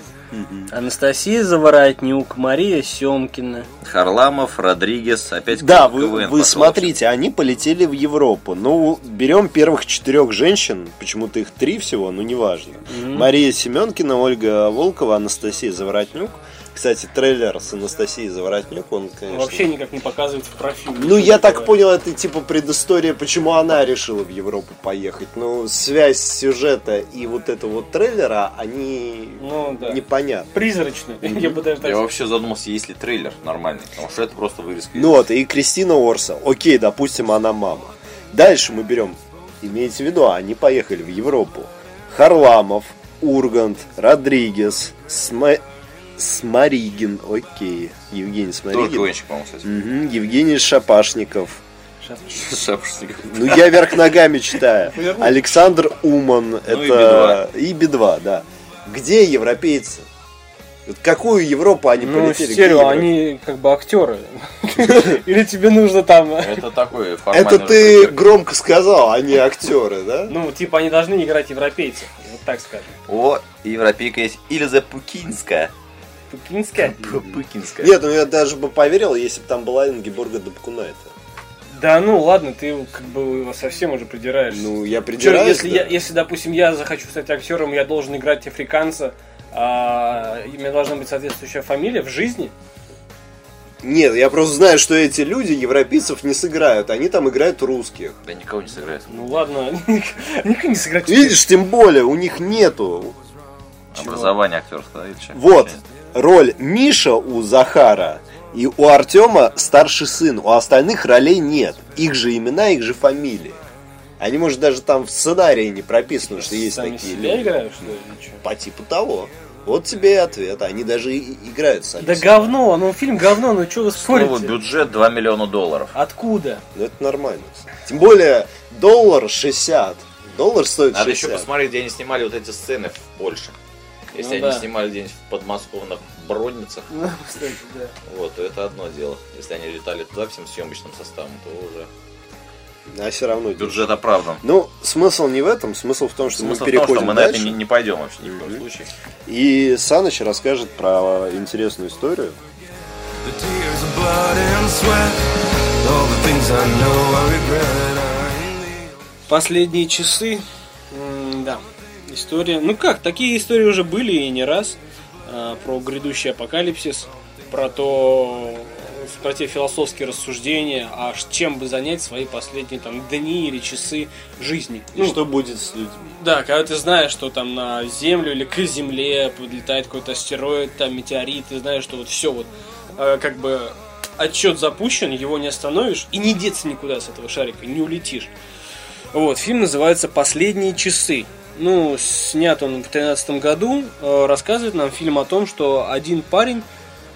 [SPEAKER 2] Анастасия Заворотнюк, Мария Семкина.
[SPEAKER 3] Харламов, Родригес, опять
[SPEAKER 1] Да,
[SPEAKER 3] к-
[SPEAKER 1] вы,
[SPEAKER 3] КВН
[SPEAKER 1] вы
[SPEAKER 3] пошел.
[SPEAKER 1] смотрите, они полетели в Европу. Ну, берем первых четырех женщин, почему-то их три всего, но неважно. Мария Семенкина, Ольга Волкова, Анастасия Заворотнюк. Кстати, трейлер с Анастасией Заворотнюк, он, конечно...
[SPEAKER 2] Вообще никак не показывается в профиле.
[SPEAKER 1] Ну, я так понял, это типа предыстория, почему она решила в Европу поехать. Ну, связь сюжета и вот этого вот трейлера, они
[SPEAKER 2] Ну, да.
[SPEAKER 1] непонятны.
[SPEAKER 2] Призрачный, я бы даже так
[SPEAKER 3] Я вообще задумался, есть ли трейлер нормальный, потому что это просто вырезка. из-
[SPEAKER 1] Ну вот, и Кристина Орса. Окей, допустим, она мама. Дальше мы берем, имейте в виду, а, они поехали в Европу. Харламов, Ургант, Родригес, Сма... Смаригин, окей, Евгений
[SPEAKER 3] Тоже
[SPEAKER 1] Смаригин.
[SPEAKER 3] КВНщик, по-моему, кстати.
[SPEAKER 1] Мгм, Евгений Шапашников.
[SPEAKER 2] Сейчас.
[SPEAKER 3] Шапошников.
[SPEAKER 1] Ну, я вверх ногами
[SPEAKER 3] [laughs]
[SPEAKER 1] читаю.
[SPEAKER 2] Верно.
[SPEAKER 1] Александр Уман.
[SPEAKER 3] Ну, и
[SPEAKER 1] это и Би-2, да. Где европейцы? Вот какую Европу они
[SPEAKER 2] Ну,
[SPEAKER 1] полетели? Где
[SPEAKER 2] Серега,
[SPEAKER 1] Европа?
[SPEAKER 2] они как
[SPEAKER 1] [laughs]
[SPEAKER 2] бы актеры. Или тебе нужно там...
[SPEAKER 3] Это такой формальный
[SPEAKER 1] Это ты
[SPEAKER 3] разбег.
[SPEAKER 1] громко сказал, они актеры, да?
[SPEAKER 2] Ну, типа, они должны играть европейцев, вот так скажем.
[SPEAKER 3] О, европейка есть Ильза Пукинская.
[SPEAKER 2] Пукинская?
[SPEAKER 3] Пукинская.
[SPEAKER 1] Нет, ну я даже бы поверил, если бы там была Ингеборга Дубкунайта.
[SPEAKER 2] Да ну, ладно, ты как бы его совсем уже придираешься.
[SPEAKER 1] Ну, я
[SPEAKER 2] Чё,
[SPEAKER 1] придираюсь,
[SPEAKER 2] если,
[SPEAKER 1] да.
[SPEAKER 2] я, если, допустим, я захочу стать актером, я должен играть африканца, а, и у меня должна быть соответствующая фамилия в жизни.
[SPEAKER 1] Нет, я просто знаю, что эти люди европейцев не сыграют, они там играют русских.
[SPEAKER 3] Да никого не сыграет.
[SPEAKER 2] Ну ладно, [laughs] никак не сыграть.
[SPEAKER 1] Видишь, тем более, у них нету.
[SPEAKER 3] Образование актерское, да, или чё?
[SPEAKER 1] Вот, роль Миша у Захара и у Артема старший сын, у остальных ролей нет. Их же имена, их же фамилии. Они, может, даже там в сценарии не прописаны, что есть
[SPEAKER 2] Сами
[SPEAKER 1] такие
[SPEAKER 2] себя
[SPEAKER 1] люди.
[SPEAKER 2] играю, что ли, или чё?
[SPEAKER 1] По типу того. Вот тебе и ответ. Они даже и играют сами.
[SPEAKER 2] Да
[SPEAKER 1] себя.
[SPEAKER 2] говно, ну фильм говно, ну что вы
[SPEAKER 3] Снова
[SPEAKER 2] спорите?
[SPEAKER 3] бюджет 2 миллиона долларов.
[SPEAKER 2] Откуда?
[SPEAKER 1] Ну это нормально. Тем более доллар 60. Доллар стоит
[SPEAKER 3] Надо
[SPEAKER 1] 60.
[SPEAKER 3] еще посмотреть, где они снимали вот эти сцены в Польше. Если
[SPEAKER 2] Ну
[SPEAKER 3] они
[SPEAKER 2] да.
[SPEAKER 3] снимали где-нибудь в подмосковных бродницах,
[SPEAKER 2] Ну, кстати, да.
[SPEAKER 3] вот, то это одно дело. Если они летали туда всем съемочным составом, то уже
[SPEAKER 1] А все равно дешево.
[SPEAKER 3] бюджет оправдан.
[SPEAKER 1] Ну, смысл не в этом, смысл в том, что
[SPEAKER 3] Смысл
[SPEAKER 1] мы
[SPEAKER 3] в том,
[SPEAKER 1] переходим
[SPEAKER 3] что мы на это
[SPEAKER 1] дальше.
[SPEAKER 3] не, не пойдем вообще ни в коем случае.
[SPEAKER 1] И Саныч расскажет про интересную историю.
[SPEAKER 4] The tears of blood and sweat. All the things I know I regret are in the
[SPEAKER 2] Последние часы. М, Да. История. Ну как, такие истории уже были и не раз. А, Про грядущий апокалипсис, про то про те философские рассуждения, а ш- чем бы занять свои последние там дни или часы жизни.
[SPEAKER 1] И что будет с людьми?
[SPEAKER 2] Да, когда ты знаешь, что там на Землю или к Земле подлетает какой-то астероид, там метеорит, ты знаешь, что вот все вот э, как бы отчет запущен, его не остановишь и не деться никуда с этого шарика, не улетишь. Вот, фильм называется «Последние часы». Ну, снят он в 2013 году. Э, рассказывает нам фильм о том, что один парень,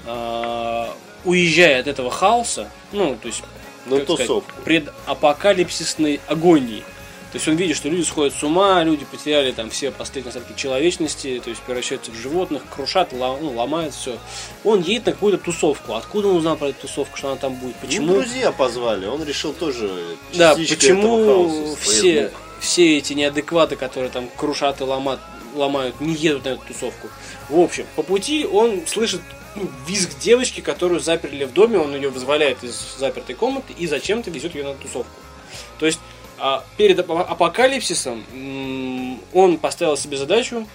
[SPEAKER 2] э, уезжая от этого хаоса, ну, то есть...
[SPEAKER 1] На
[SPEAKER 2] как сказать,
[SPEAKER 1] тусовку.
[SPEAKER 2] предапокалипсисной агонии. То есть он видит, что люди сходят с ума, люди потеряли там все последние остатки человечности, то есть превращаются в животных, крушат, ло- ну, ломают все. Он едет на какую-то тусовку. Откуда он узнал про эту тусовку, что она там будет?
[SPEAKER 1] Ну,
[SPEAKER 2] Почему?
[SPEAKER 1] друзья позвали, он решил тоже
[SPEAKER 2] Да,
[SPEAKER 1] частички этого хаоса
[SPEAKER 2] почему все,
[SPEAKER 1] своего.
[SPEAKER 2] все эти неадекваты, которые там крушат и ломат- ломают, не едут на эту тусовку? В общем, по пути он слышит ну, визг девочки, которую заперли в доме, он ее вызволяет из запертой комнаты и зачем-то везет ее на тусовку. То есть а, перед апо- апокалипсисом м, он поставил себе задачу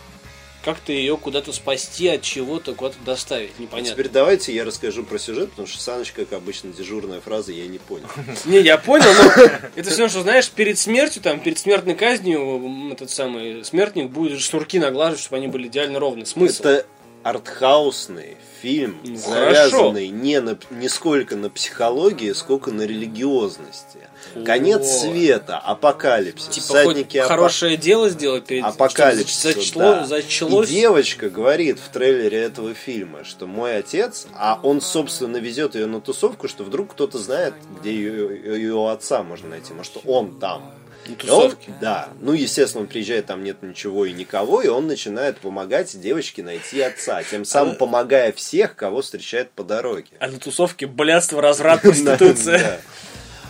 [SPEAKER 2] как-то ее куда-то спасти от чего-то, куда-то доставить,
[SPEAKER 1] А
[SPEAKER 2] непонятно.
[SPEAKER 1] Теперь давайте я расскажу про сюжет, потому что Саныч, как обычно, дежурная фраза, я не понял.
[SPEAKER 2] Не, я понял, но это все, что знаешь, перед смертью, там, перед смертной казнью м, этот самый смертник будет шнурки наглаживать, чтобы они были идеально ровны. Смысл.
[SPEAKER 1] Это артхаусный фильм,
[SPEAKER 2] Ну,
[SPEAKER 1] завязанный не, на, не сколько на психологии, сколько на религиозности. Конец
[SPEAKER 2] О.
[SPEAKER 1] света, апокалипсис,
[SPEAKER 2] Типа
[SPEAKER 1] всадники
[SPEAKER 2] хоть
[SPEAKER 1] апо-
[SPEAKER 2] хорошее дело сделать перед чтоб
[SPEAKER 1] апокалипсис.
[SPEAKER 2] зачло-
[SPEAKER 1] А да.
[SPEAKER 2] Зачлось.
[SPEAKER 1] И девочка говорит в трейлере этого фильма, что мой отец, а он, собственно, везет ее на тусовку, что вдруг кто-то знает, где ее, ее- ее отца можно найти. Может, он там.
[SPEAKER 2] На
[SPEAKER 1] И он-
[SPEAKER 2] тусовке.
[SPEAKER 1] да. Ну, естественно, он приезжает, там нет ничего и никого, и он начинает помогать девочке найти отца, тем самым помогая всех, кого встречает по дороге.
[SPEAKER 2] А на тусовке блядство, разврат, проституция.
[SPEAKER 1] Да.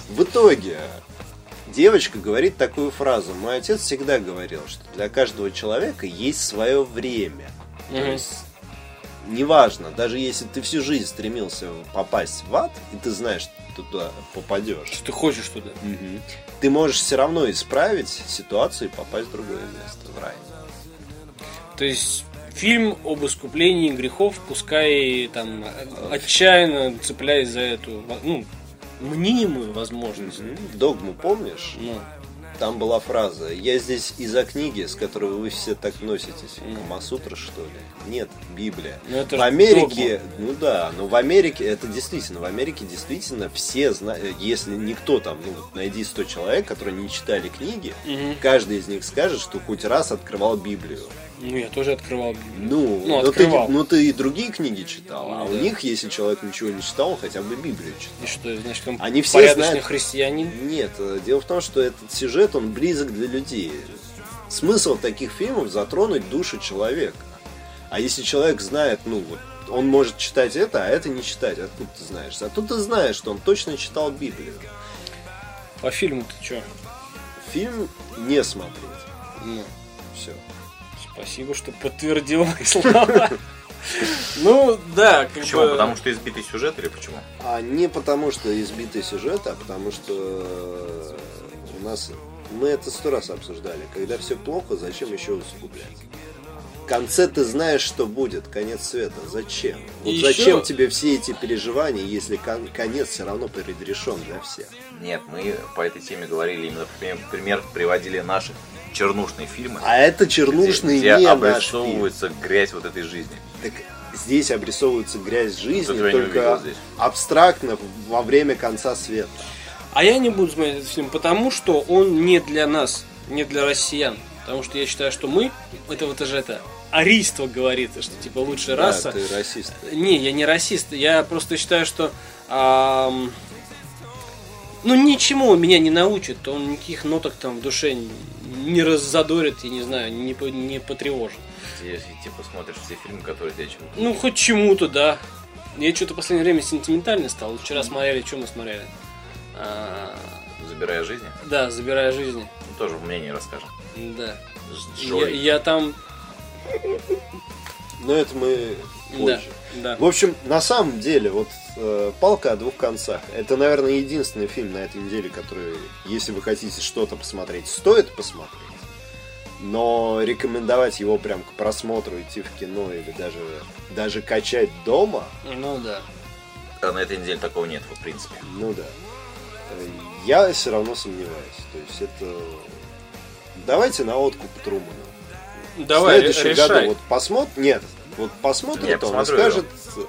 [SPEAKER 1] В итоге девочка говорит такую фразу. Мой отец всегда говорил, что для каждого человека есть свое время. То
[SPEAKER 2] Мгм.
[SPEAKER 1] есть неважно, даже если ты всю жизнь стремился попасть в ад, и ты знаешь, что ты туда попадешь,
[SPEAKER 2] Что ты хочешь туда?
[SPEAKER 1] ты можешь все равно исправить ситуацию и попасть в другое место, в рай.
[SPEAKER 2] То есть фильм об искуплении грехов, пускай там отчаянно цепляясь за эту ну, мнимую возможность.
[SPEAKER 1] Мгм. Догму помнишь?
[SPEAKER 2] Ну,
[SPEAKER 1] Там была фраза «Я здесь из-за книги, с которой вы все так носитесь». Камасутра, что ли? Нет, Библия.
[SPEAKER 2] Ну, это
[SPEAKER 1] в
[SPEAKER 2] же
[SPEAKER 1] Америке, ну да, но в Америке это действительно, в Америке действительно все знают, если никто там, ну, вот найди 100 человек, которые не читали книги,
[SPEAKER 2] Мгм.
[SPEAKER 1] каждый из них скажет, что хоть раз открывал Библию.
[SPEAKER 2] ну, я тоже открывал. Библию.
[SPEAKER 1] Ну,
[SPEAKER 2] Ну,
[SPEAKER 1] но, ты,
[SPEAKER 2] открывал.
[SPEAKER 1] ну ты и другие книги читал, а
[SPEAKER 2] Ну,
[SPEAKER 1] у
[SPEAKER 2] да.
[SPEAKER 1] них, если человек ничего не читал, он хотя бы Библию читал.
[SPEAKER 2] И что, значит, он
[SPEAKER 1] Они все
[SPEAKER 2] порядочный
[SPEAKER 1] знают-
[SPEAKER 2] христианин?
[SPEAKER 1] Нет, э, дело в том, что этот сюжет, он близок для людей. Смысл таких фильмов затронуть душу человека. А если человек знает, ну вот, он может читать это, а это не читать. Откуда ты знаешь? Зато ты знаешь, что он точно читал Библию.
[SPEAKER 2] По фильму ты А чё?
[SPEAKER 1] Фильм не смотреть.
[SPEAKER 2] Ну,
[SPEAKER 1] Все.
[SPEAKER 2] спасибо, что подтвердил мои слова. Ну, да, как
[SPEAKER 3] Почему?
[SPEAKER 2] бы-
[SPEAKER 3] Потому что избитый сюжет или почему?
[SPEAKER 1] А не потому, что избитый сюжет, а потому что э, у нас... Мы это сто раз обсуждали. Когда все плохо, зачем еще усугублять? В конце ты знаешь, что будет, конец света. Зачем? Вот
[SPEAKER 2] И
[SPEAKER 1] зачем
[SPEAKER 2] еще-
[SPEAKER 1] тебе все эти переживания, если кон- конец все равно предрешен для всех?
[SPEAKER 3] Нет, мы по этой теме говорили именно пример, пример приводили наши чернушные фильмы,
[SPEAKER 1] А это чернушный не
[SPEAKER 3] где, где
[SPEAKER 1] наш фильм.
[SPEAKER 3] обрисовывается грязь вот этой жизни.
[SPEAKER 1] Так здесь обрисовывается грязь жизни,
[SPEAKER 3] Этого я не увидел
[SPEAKER 1] только
[SPEAKER 3] здесь.
[SPEAKER 1] абстрактно во время конца света.
[SPEAKER 2] А я не буду смотреть этот фильм, потому что он не для нас, не для россиян. Потому что я считаю, что мы, это вот же это, арийство говорит, что типа лучшая раса.
[SPEAKER 1] Да, ты расист.
[SPEAKER 2] Не, я не расист. Я просто считаю, что ам, ну ничему он меня не научит. Он никаких ноток там в душе не раззадорит, я не знаю, не, по- не потревожит.
[SPEAKER 3] Если типа смотришь все фильмы, которые тебя чему
[SPEAKER 2] Ну, хоть чему-то, да. Я что-то в последнее время сентиментальный стал. Вчера смотрели, что мы смотрели? А,
[SPEAKER 1] Ну.
[SPEAKER 3] забирая жизни,
[SPEAKER 2] да, забирая жизни.
[SPEAKER 3] ну, тоже мнение расскажем.
[SPEAKER 2] Да.
[SPEAKER 3] С
[SPEAKER 2] Я,
[SPEAKER 3] Джой.
[SPEAKER 2] я там.
[SPEAKER 1] Но это мы позже. Ну,
[SPEAKER 2] Да, да.
[SPEAKER 1] В общем, на самом деле, вот э, палка о двух концах. Это, наверное, единственный фильм на этой неделе, который, если вы хотите что-то посмотреть, стоит посмотреть. Но рекомендовать его прям к просмотру, идти в кино или даже, даже качать дома,
[SPEAKER 2] Ну да.
[SPEAKER 3] А на этой неделе такого нет, в принципе.
[SPEAKER 1] ну да. Э, Я все равно сомневаюсь. То есть это... Давайте на откуп Трумана.
[SPEAKER 2] Давай,
[SPEAKER 1] в следующем
[SPEAKER 2] ре- решай.
[SPEAKER 1] году вот посмотрит, нет, вот посмотрит
[SPEAKER 3] Я
[SPEAKER 1] он и
[SPEAKER 3] посмотрю
[SPEAKER 1] скажет, э,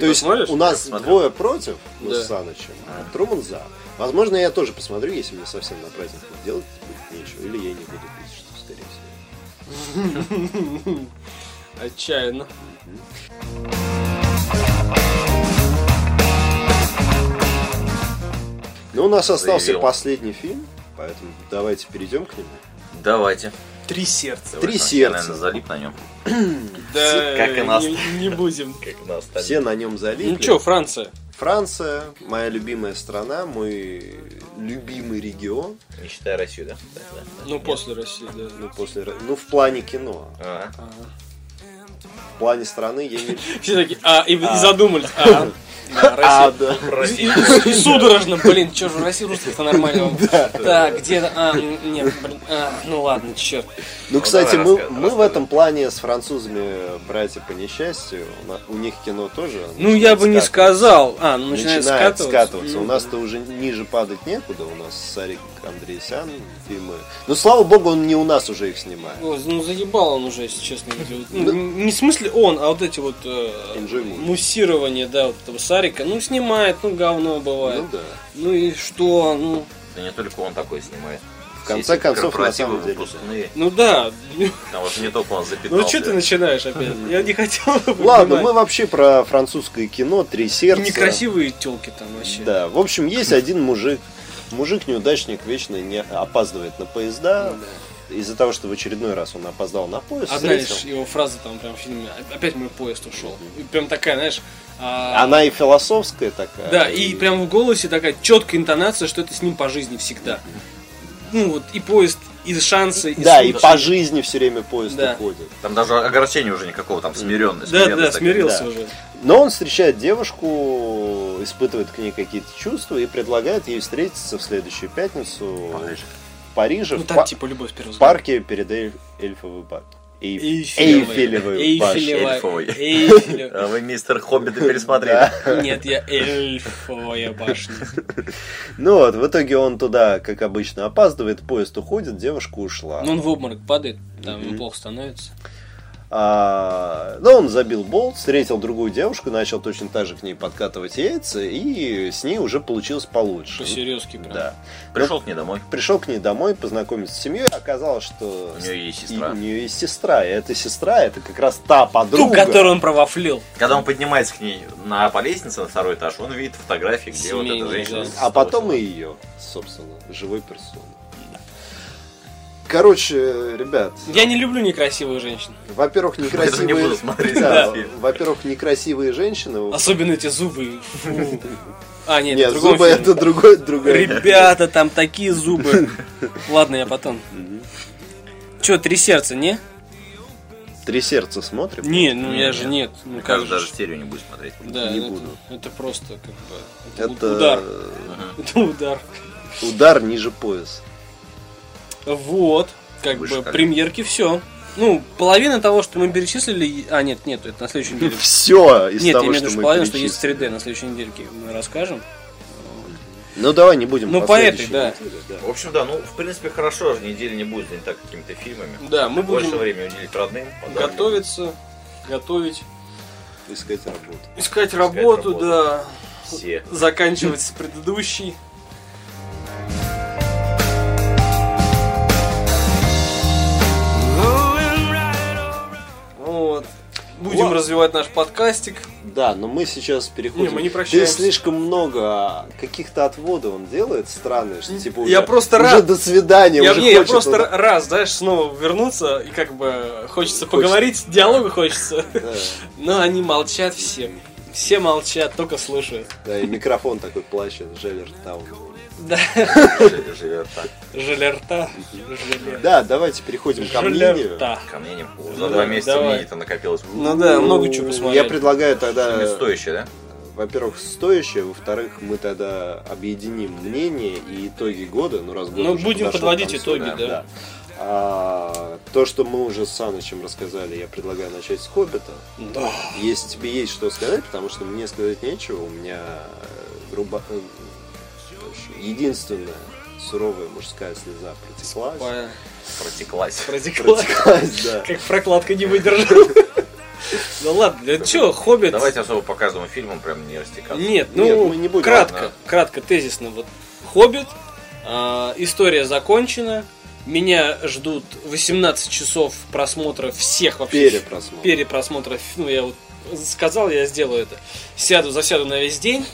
[SPEAKER 1] то есть
[SPEAKER 2] посмотришь?
[SPEAKER 1] у нас
[SPEAKER 3] Я посмотрю.
[SPEAKER 1] двое против мы
[SPEAKER 2] Да.
[SPEAKER 1] с Санычем, а Труман за. Возможно, я тоже посмотрю, если мне совсем на праздник делать будет нечего, или я не буду пить, что скорее всего.
[SPEAKER 2] Отчаянно.
[SPEAKER 1] Но у нас остался
[SPEAKER 3] Заявил.
[SPEAKER 1] последний фильм, поэтому давайте перейдем к нему.
[SPEAKER 3] Давайте.
[SPEAKER 2] Три сердца.
[SPEAKER 1] Три
[SPEAKER 3] Давай, Саня,
[SPEAKER 1] сердца.
[SPEAKER 3] наверное, залип на нем.
[SPEAKER 2] Да,
[SPEAKER 3] Как и нас.
[SPEAKER 2] Не, не будем.
[SPEAKER 3] Как у нас
[SPEAKER 1] Все на нем залили.
[SPEAKER 2] Ну что, Франция?
[SPEAKER 1] Франция, моя любимая страна, мой любимый регион.
[SPEAKER 3] Не считая Россию, да? Да, да, да.
[SPEAKER 2] Ну, после России, да. [laughs]
[SPEAKER 1] Ну, после, Ро- ну, в плане кино.
[SPEAKER 3] Ага.
[SPEAKER 1] В плане страны я не
[SPEAKER 2] Все такие, [laughs] а, и, и задумались, а, А,
[SPEAKER 1] да.
[SPEAKER 2] И- и- и Судорожно, блин, чё же в России русских-то нормально. [laughs] Так, где-то... А, м, нет, блин, а, ну ладно, черт.
[SPEAKER 1] Ну, кстати,
[SPEAKER 3] давай,
[SPEAKER 1] мы,
[SPEAKER 3] рассказывай,
[SPEAKER 1] мы в этом плане с французами братья по несчастью. У на- У них кино тоже.
[SPEAKER 2] Ну я бы не
[SPEAKER 1] начинает
[SPEAKER 2] сказал. А, ну начинает
[SPEAKER 1] начинает
[SPEAKER 2] скатываться.
[SPEAKER 1] скатываться. У нас-то уже ниже падать некуда. У нас Сарик Андреасян фильмы. Ну, слава богу, он не у нас уже их снимает.
[SPEAKER 2] Ой, ну заебал он уже, если честно. эти вот- ну, не в смысле он, а вот эти вот э,
[SPEAKER 1] Enjoy movie.
[SPEAKER 2] муссирование, да, вот этого Сарика. Ну снимает, ну говно бывает.
[SPEAKER 1] Ну
[SPEAKER 2] Ну,
[SPEAKER 1] да.
[SPEAKER 2] и что, ну...
[SPEAKER 3] Да не только он такой снимает.
[SPEAKER 1] В конце
[SPEAKER 3] эти
[SPEAKER 1] концов, на
[SPEAKER 3] корпоративы
[SPEAKER 1] самом деле.
[SPEAKER 3] выпускные.
[SPEAKER 2] Ну да,
[SPEAKER 3] Потому что не только он запитал.
[SPEAKER 2] ну что ты
[SPEAKER 3] блядь.
[SPEAKER 2] начинаешь опять? Я не хотел бы
[SPEAKER 1] Ладно,
[SPEAKER 2] понимать.
[SPEAKER 1] мы вообще про французское кино, три сердца.
[SPEAKER 2] Некрасивые телки там вообще.
[SPEAKER 1] Да, в общем, есть один мужик. Мужик неудачник вечно не опаздывает на поезда. Из-за того, что в очередной раз он опоздал на поезд,
[SPEAKER 2] Ну, Одна
[SPEAKER 1] встретил.
[SPEAKER 2] лишь его фраза там прям в фильме «Опять мой поезд ушел». И прям такая, знаешь... а,
[SPEAKER 1] Она и философская такая.
[SPEAKER 2] Да, и прям в голосе такая четкая интонация, что это с ним по жизни всегда. Ну вот и поезд, и шансы, и
[SPEAKER 1] Да, и
[SPEAKER 2] случаи.
[SPEAKER 1] по жизни все время поезд
[SPEAKER 2] Да.
[SPEAKER 1] уходит.
[SPEAKER 3] Там даже огорчения уже никакого, там смиренность.
[SPEAKER 2] Да, да, смирился
[SPEAKER 1] да.
[SPEAKER 2] уже.
[SPEAKER 1] Но он встречает девушку, испытывает к ней какие-то чувства и предлагает ей встретиться в следующую пятницу в Париже,
[SPEAKER 2] Ну
[SPEAKER 1] в,
[SPEAKER 2] там
[SPEAKER 1] па-
[SPEAKER 2] типа любовь с первого
[SPEAKER 1] в
[SPEAKER 2] взгляда.
[SPEAKER 1] парке перед Эль- Эльфовой ба- Эйф-
[SPEAKER 2] Эйфелевая.
[SPEAKER 1] Эйфелевой башней.
[SPEAKER 2] Эйфелевая.
[SPEAKER 3] Эльфовой.
[SPEAKER 2] Эйфелевая.
[SPEAKER 3] А вы мистер Хоббита пересмотрели.
[SPEAKER 1] Да.
[SPEAKER 2] Нет, я эльфовая башня.
[SPEAKER 1] Ну вот, в итоге он туда, как обычно, опаздывает, поезд уходит, девушка ушла.
[SPEAKER 2] Ну он в обморок падает, там
[SPEAKER 1] Мгм.
[SPEAKER 2] ему плохо становится.
[SPEAKER 1] А, ну, он забил болт, встретил другую девушку, начал точно так же к ней подкатывать яйца, и с ней уже получилось получше.
[SPEAKER 2] по серьезки прям.
[SPEAKER 1] Да.
[SPEAKER 3] Пришел к ней домой.
[SPEAKER 1] Пришел к ней домой, познакомился с семьей, оказалось, что
[SPEAKER 3] У нее есть
[SPEAKER 1] и-
[SPEAKER 3] сестра.
[SPEAKER 1] у нее есть сестра, и эта сестра это как раз та
[SPEAKER 2] Ту,
[SPEAKER 1] подруга.
[SPEAKER 2] которую он провафлил.
[SPEAKER 3] Когда он поднимается к ней на по лестнице на второй этаж, он видит фотографии, где вот
[SPEAKER 2] Семейные,
[SPEAKER 3] эта женщина.
[SPEAKER 2] да.
[SPEAKER 3] с
[SPEAKER 1] А потом и
[SPEAKER 3] удовольствием.
[SPEAKER 1] ее, собственно, живой персоной. Короче, ребят,
[SPEAKER 2] Я не люблю некрасивых женщин.
[SPEAKER 1] во-первых,
[SPEAKER 3] Поэтому не
[SPEAKER 1] некрасивые...
[SPEAKER 3] буду смотреть
[SPEAKER 1] Да,
[SPEAKER 3] этот фильм.
[SPEAKER 1] во-первых, некрасивые женщины...
[SPEAKER 2] Особенно эти зубы. Фу. А, нет,
[SPEAKER 1] Нет,
[SPEAKER 2] в другом
[SPEAKER 1] зубы
[SPEAKER 2] фильме.
[SPEAKER 1] это другой, другой.
[SPEAKER 2] Ребята, там такие зубы. Ладно, я потом. Че, три сердца, не?
[SPEAKER 1] Три сердца смотрим?
[SPEAKER 2] Не, ну я
[SPEAKER 3] Нет.
[SPEAKER 2] же нет. Ну как
[SPEAKER 3] Кажется,
[SPEAKER 2] же.
[SPEAKER 3] даже серию не буду смотреть.
[SPEAKER 2] Да,
[SPEAKER 1] не
[SPEAKER 2] это-
[SPEAKER 1] буду.
[SPEAKER 2] Это просто как бы.
[SPEAKER 1] Это
[SPEAKER 2] удар.
[SPEAKER 3] Мгм.
[SPEAKER 2] Это удар.
[SPEAKER 1] удар ниже пояса.
[SPEAKER 2] Вот. Как
[SPEAKER 3] Выше
[SPEAKER 2] бы
[SPEAKER 3] колен.
[SPEAKER 2] премьерки все. Ну, половина того, что мы перечислили. А, нет, нет, это на следующей неделе.
[SPEAKER 1] Все из
[SPEAKER 2] Нет, я
[SPEAKER 1] того,
[SPEAKER 2] имею в
[SPEAKER 1] что
[SPEAKER 2] виду что
[SPEAKER 1] мы
[SPEAKER 2] половина, что есть
[SPEAKER 1] перечислили.
[SPEAKER 2] 3D на следующей недельке. Мы расскажем.
[SPEAKER 1] Ну давай не будем.
[SPEAKER 2] Ну, по этой,
[SPEAKER 1] следующей
[SPEAKER 2] да.
[SPEAKER 1] неделе, да.
[SPEAKER 3] В общем, да, ну, в принципе, хорошо, неделя не будет занята какими-то фильмами.
[SPEAKER 2] Да, мы
[SPEAKER 3] Больше
[SPEAKER 2] будем
[SPEAKER 3] времени уделить родным, подаркам.
[SPEAKER 2] готовиться, готовить,
[SPEAKER 1] Искать работу.
[SPEAKER 2] искать
[SPEAKER 3] работу.
[SPEAKER 2] работу, да.
[SPEAKER 3] Все.
[SPEAKER 2] Заканчивать с предыдущей.
[SPEAKER 4] Going right on.
[SPEAKER 2] Вот. Будем
[SPEAKER 1] Ладно.
[SPEAKER 2] развивать наш подкастик.
[SPEAKER 1] Да, но мы сейчас переходим.
[SPEAKER 2] Не, мы не
[SPEAKER 1] Ты
[SPEAKER 2] прощаемся.
[SPEAKER 1] слишком много каких-то отводов он делает странные, что типа уже,
[SPEAKER 2] Я просто
[SPEAKER 1] уже
[SPEAKER 2] рад.
[SPEAKER 1] до свидания,
[SPEAKER 2] Я,
[SPEAKER 1] уже
[SPEAKER 2] не, я
[SPEAKER 1] хочет
[SPEAKER 2] просто
[SPEAKER 1] туда.
[SPEAKER 2] р- раз, знаешь, снова вернуться, и как бы хочется
[SPEAKER 1] Хочется.
[SPEAKER 2] поговорить, диалога хочется. [laughs]
[SPEAKER 1] Да,
[SPEAKER 2] Но они молчат все. Все молчат, только слушают.
[SPEAKER 1] да, и микрофон такой плачет, Желлер Таун.
[SPEAKER 2] Да,
[SPEAKER 3] Жи- Живет так.
[SPEAKER 2] желерта. Желер-
[SPEAKER 1] Да, давайте переходим ко мнению.
[SPEAKER 2] Желерта.
[SPEAKER 3] Ко мне не-
[SPEAKER 2] Да,
[SPEAKER 3] За два месяца
[SPEAKER 2] давай.
[SPEAKER 3] мнений-то накопилось.
[SPEAKER 2] Ну да,
[SPEAKER 1] Ну,
[SPEAKER 2] много чего посмотрели.
[SPEAKER 1] Я предлагаю тогда,
[SPEAKER 3] Что-нибудь стоящее, да?
[SPEAKER 1] во-первых, стоящее, во-вторых, мы тогда объединим мнение и итоги года, ну раз год
[SPEAKER 2] Ну,
[SPEAKER 1] уже
[SPEAKER 2] будем
[SPEAKER 1] подошел к
[SPEAKER 2] подводить
[SPEAKER 1] концу,
[SPEAKER 2] итоги, да.
[SPEAKER 1] А, то, что мы уже с Санычем рассказали, я предлагаю начать с Хоббита.
[SPEAKER 2] Да.
[SPEAKER 1] Если тебе есть что сказать, потому что мне сказать нечего, у меня э, руба- э, короче, единственная суровая мужская слеза протеклась.
[SPEAKER 2] По-
[SPEAKER 3] Протеклась.
[SPEAKER 2] Протекла.
[SPEAKER 1] Протеклась, да.
[SPEAKER 2] Как прокладка не [laughs] выдержала. Ну ладно, это что, Хоббит?
[SPEAKER 3] Давайте особо по каждому фильму прям не растекаться.
[SPEAKER 2] Нет,
[SPEAKER 1] Нет,
[SPEAKER 2] ну
[SPEAKER 1] мы не будем.
[SPEAKER 2] кратко,
[SPEAKER 3] Ладно.
[SPEAKER 2] кратко, тезисно. Вот Хоббит, а, история закончена. Меня ждут 18 часов просмотра всех вообще
[SPEAKER 1] Перепросмотр.
[SPEAKER 2] перепросмотра. Ну, я вот сказал, я сделаю это. Сяду, засяду на весь день.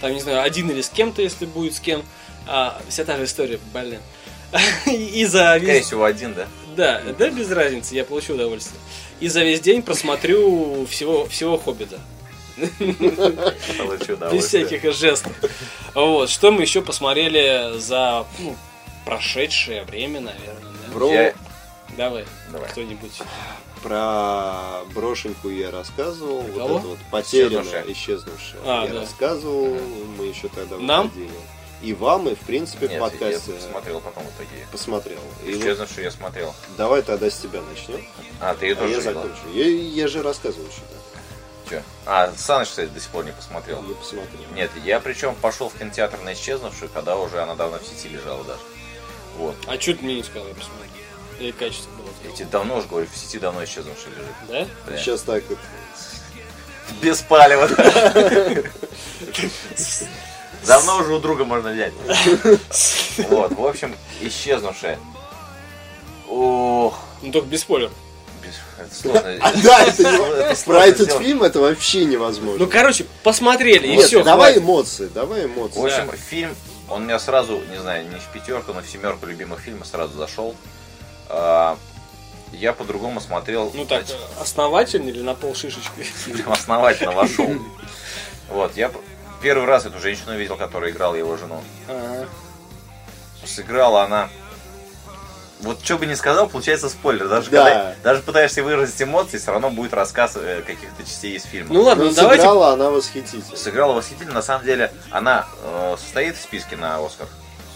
[SPEAKER 2] Там, не знаю, один или с кем-то, если будет с кем. А, вся та же история, блин. [laughs] И за
[SPEAKER 3] Скорее
[SPEAKER 2] весь
[SPEAKER 3] всего, один, да?
[SPEAKER 2] да, да, без разницы, я получу удовольствие. И за весь день просмотрю всего, всего Хоббита.
[SPEAKER 3] Получу
[SPEAKER 2] Без
[SPEAKER 3] удовольствие.
[SPEAKER 2] всяких жестов. Вот, что мы еще посмотрели за ну, прошедшее время, наверное. да?
[SPEAKER 1] Бро,
[SPEAKER 3] Я-
[SPEAKER 2] Давай,
[SPEAKER 3] Давай.
[SPEAKER 2] кто-нибудь.
[SPEAKER 1] Про брошеньку я рассказывал.
[SPEAKER 2] Про
[SPEAKER 1] вот
[SPEAKER 2] кого?
[SPEAKER 1] это вот потерянная,
[SPEAKER 3] Исчезнувшая.
[SPEAKER 1] исчезнувшая.
[SPEAKER 2] А,
[SPEAKER 1] я
[SPEAKER 2] да.
[SPEAKER 1] рассказывал, мы еще тогда
[SPEAKER 2] Нам?
[SPEAKER 1] выходили. И вам, и в принципе в
[SPEAKER 3] Нет,
[SPEAKER 1] подкасте
[SPEAKER 3] я смотрел потом в итоге.
[SPEAKER 1] посмотрел. э. И вот
[SPEAKER 3] Исчезнувшую я смотрел.
[SPEAKER 1] давай тогда с тебя начнем.
[SPEAKER 3] А, ты ее
[SPEAKER 1] А
[SPEAKER 3] тоже
[SPEAKER 1] я
[SPEAKER 3] видел?
[SPEAKER 1] закончу. Я, я же рассказывал что-то.
[SPEAKER 3] Чё? А, Саныч, кстати, до сих пор не посмотрел.
[SPEAKER 1] Я посмотрел.
[SPEAKER 3] Нет, я причем пошел в кинотеатр на исчезнувшую, когда уже она давно в сети лежала даже. Вот.
[SPEAKER 2] А что ты мне не сказал, я посмотрел. Или качество было.
[SPEAKER 3] Я тебе давно уже говорю, в сети давно исчезнувшая лежит.
[SPEAKER 2] Да?
[SPEAKER 3] Бля.
[SPEAKER 1] Сейчас так вот.
[SPEAKER 3] Без палева. Давно уже у друга можно взять. Вот, в общем, исчезнувшая. Ох,
[SPEAKER 2] Ну только без спойлеров.
[SPEAKER 3] без- это
[SPEAKER 1] [laughs]
[SPEAKER 3] сложно.
[SPEAKER 1] Да, это не-
[SPEAKER 3] Это сложно
[SPEAKER 1] про этот
[SPEAKER 3] сделать.
[SPEAKER 1] фильм это вообще невозможно.
[SPEAKER 2] Ну короче, посмотрели и
[SPEAKER 1] Нет,
[SPEAKER 2] все.
[SPEAKER 1] давай эмоции, давай эмоции.
[SPEAKER 3] В общем, фильм, он меня сразу, не знаю, не в пятерку, но в семерку любимых фильма сразу зашел. А, Я по-другому смотрел.
[SPEAKER 2] Ну так,
[SPEAKER 3] значит,
[SPEAKER 2] основательно или на пол шишечки?
[SPEAKER 3] прям основательно вошел. Вот, я п- первый раз эту женщину видел, которая играла его жену.
[SPEAKER 2] Ага.
[SPEAKER 3] сыграла она. Вот что бы ни сказал, получается спойлер. Даже,
[SPEAKER 1] Да.
[SPEAKER 3] когда- даже пытаешься выразить эмоции, все равно будет рассказ э, каких-то частей из фильма.
[SPEAKER 2] Ну ладно,
[SPEAKER 1] Ну,
[SPEAKER 2] ну давайте.
[SPEAKER 1] сыграла она восхитительно.
[SPEAKER 3] Сыграла восхитительно. На самом деле, она э, состоит в списке на Оскар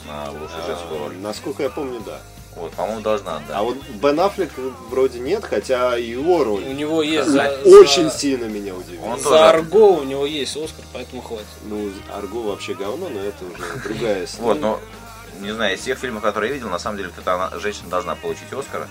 [SPEAKER 3] на лучшую женскую
[SPEAKER 1] А,
[SPEAKER 3] роль.
[SPEAKER 1] Насколько я помню, да.
[SPEAKER 3] Вот, по-моему, должна, да.
[SPEAKER 1] А вот Бен Аффлек вроде нет, хотя его
[SPEAKER 2] У
[SPEAKER 1] роль
[SPEAKER 2] него есть за,
[SPEAKER 1] очень
[SPEAKER 2] за,
[SPEAKER 1] сильно меня удивила.
[SPEAKER 3] Он-
[SPEAKER 2] за
[SPEAKER 3] тоже.
[SPEAKER 2] Арго у него есть Оскар, поэтому хватит.
[SPEAKER 1] Ну, Арго вообще говно, но это уже другая история.
[SPEAKER 3] Вот, но не знаю, из всех фильмов, которые я видел, на самом деле, вот эта она, женщина должна получить Оскара.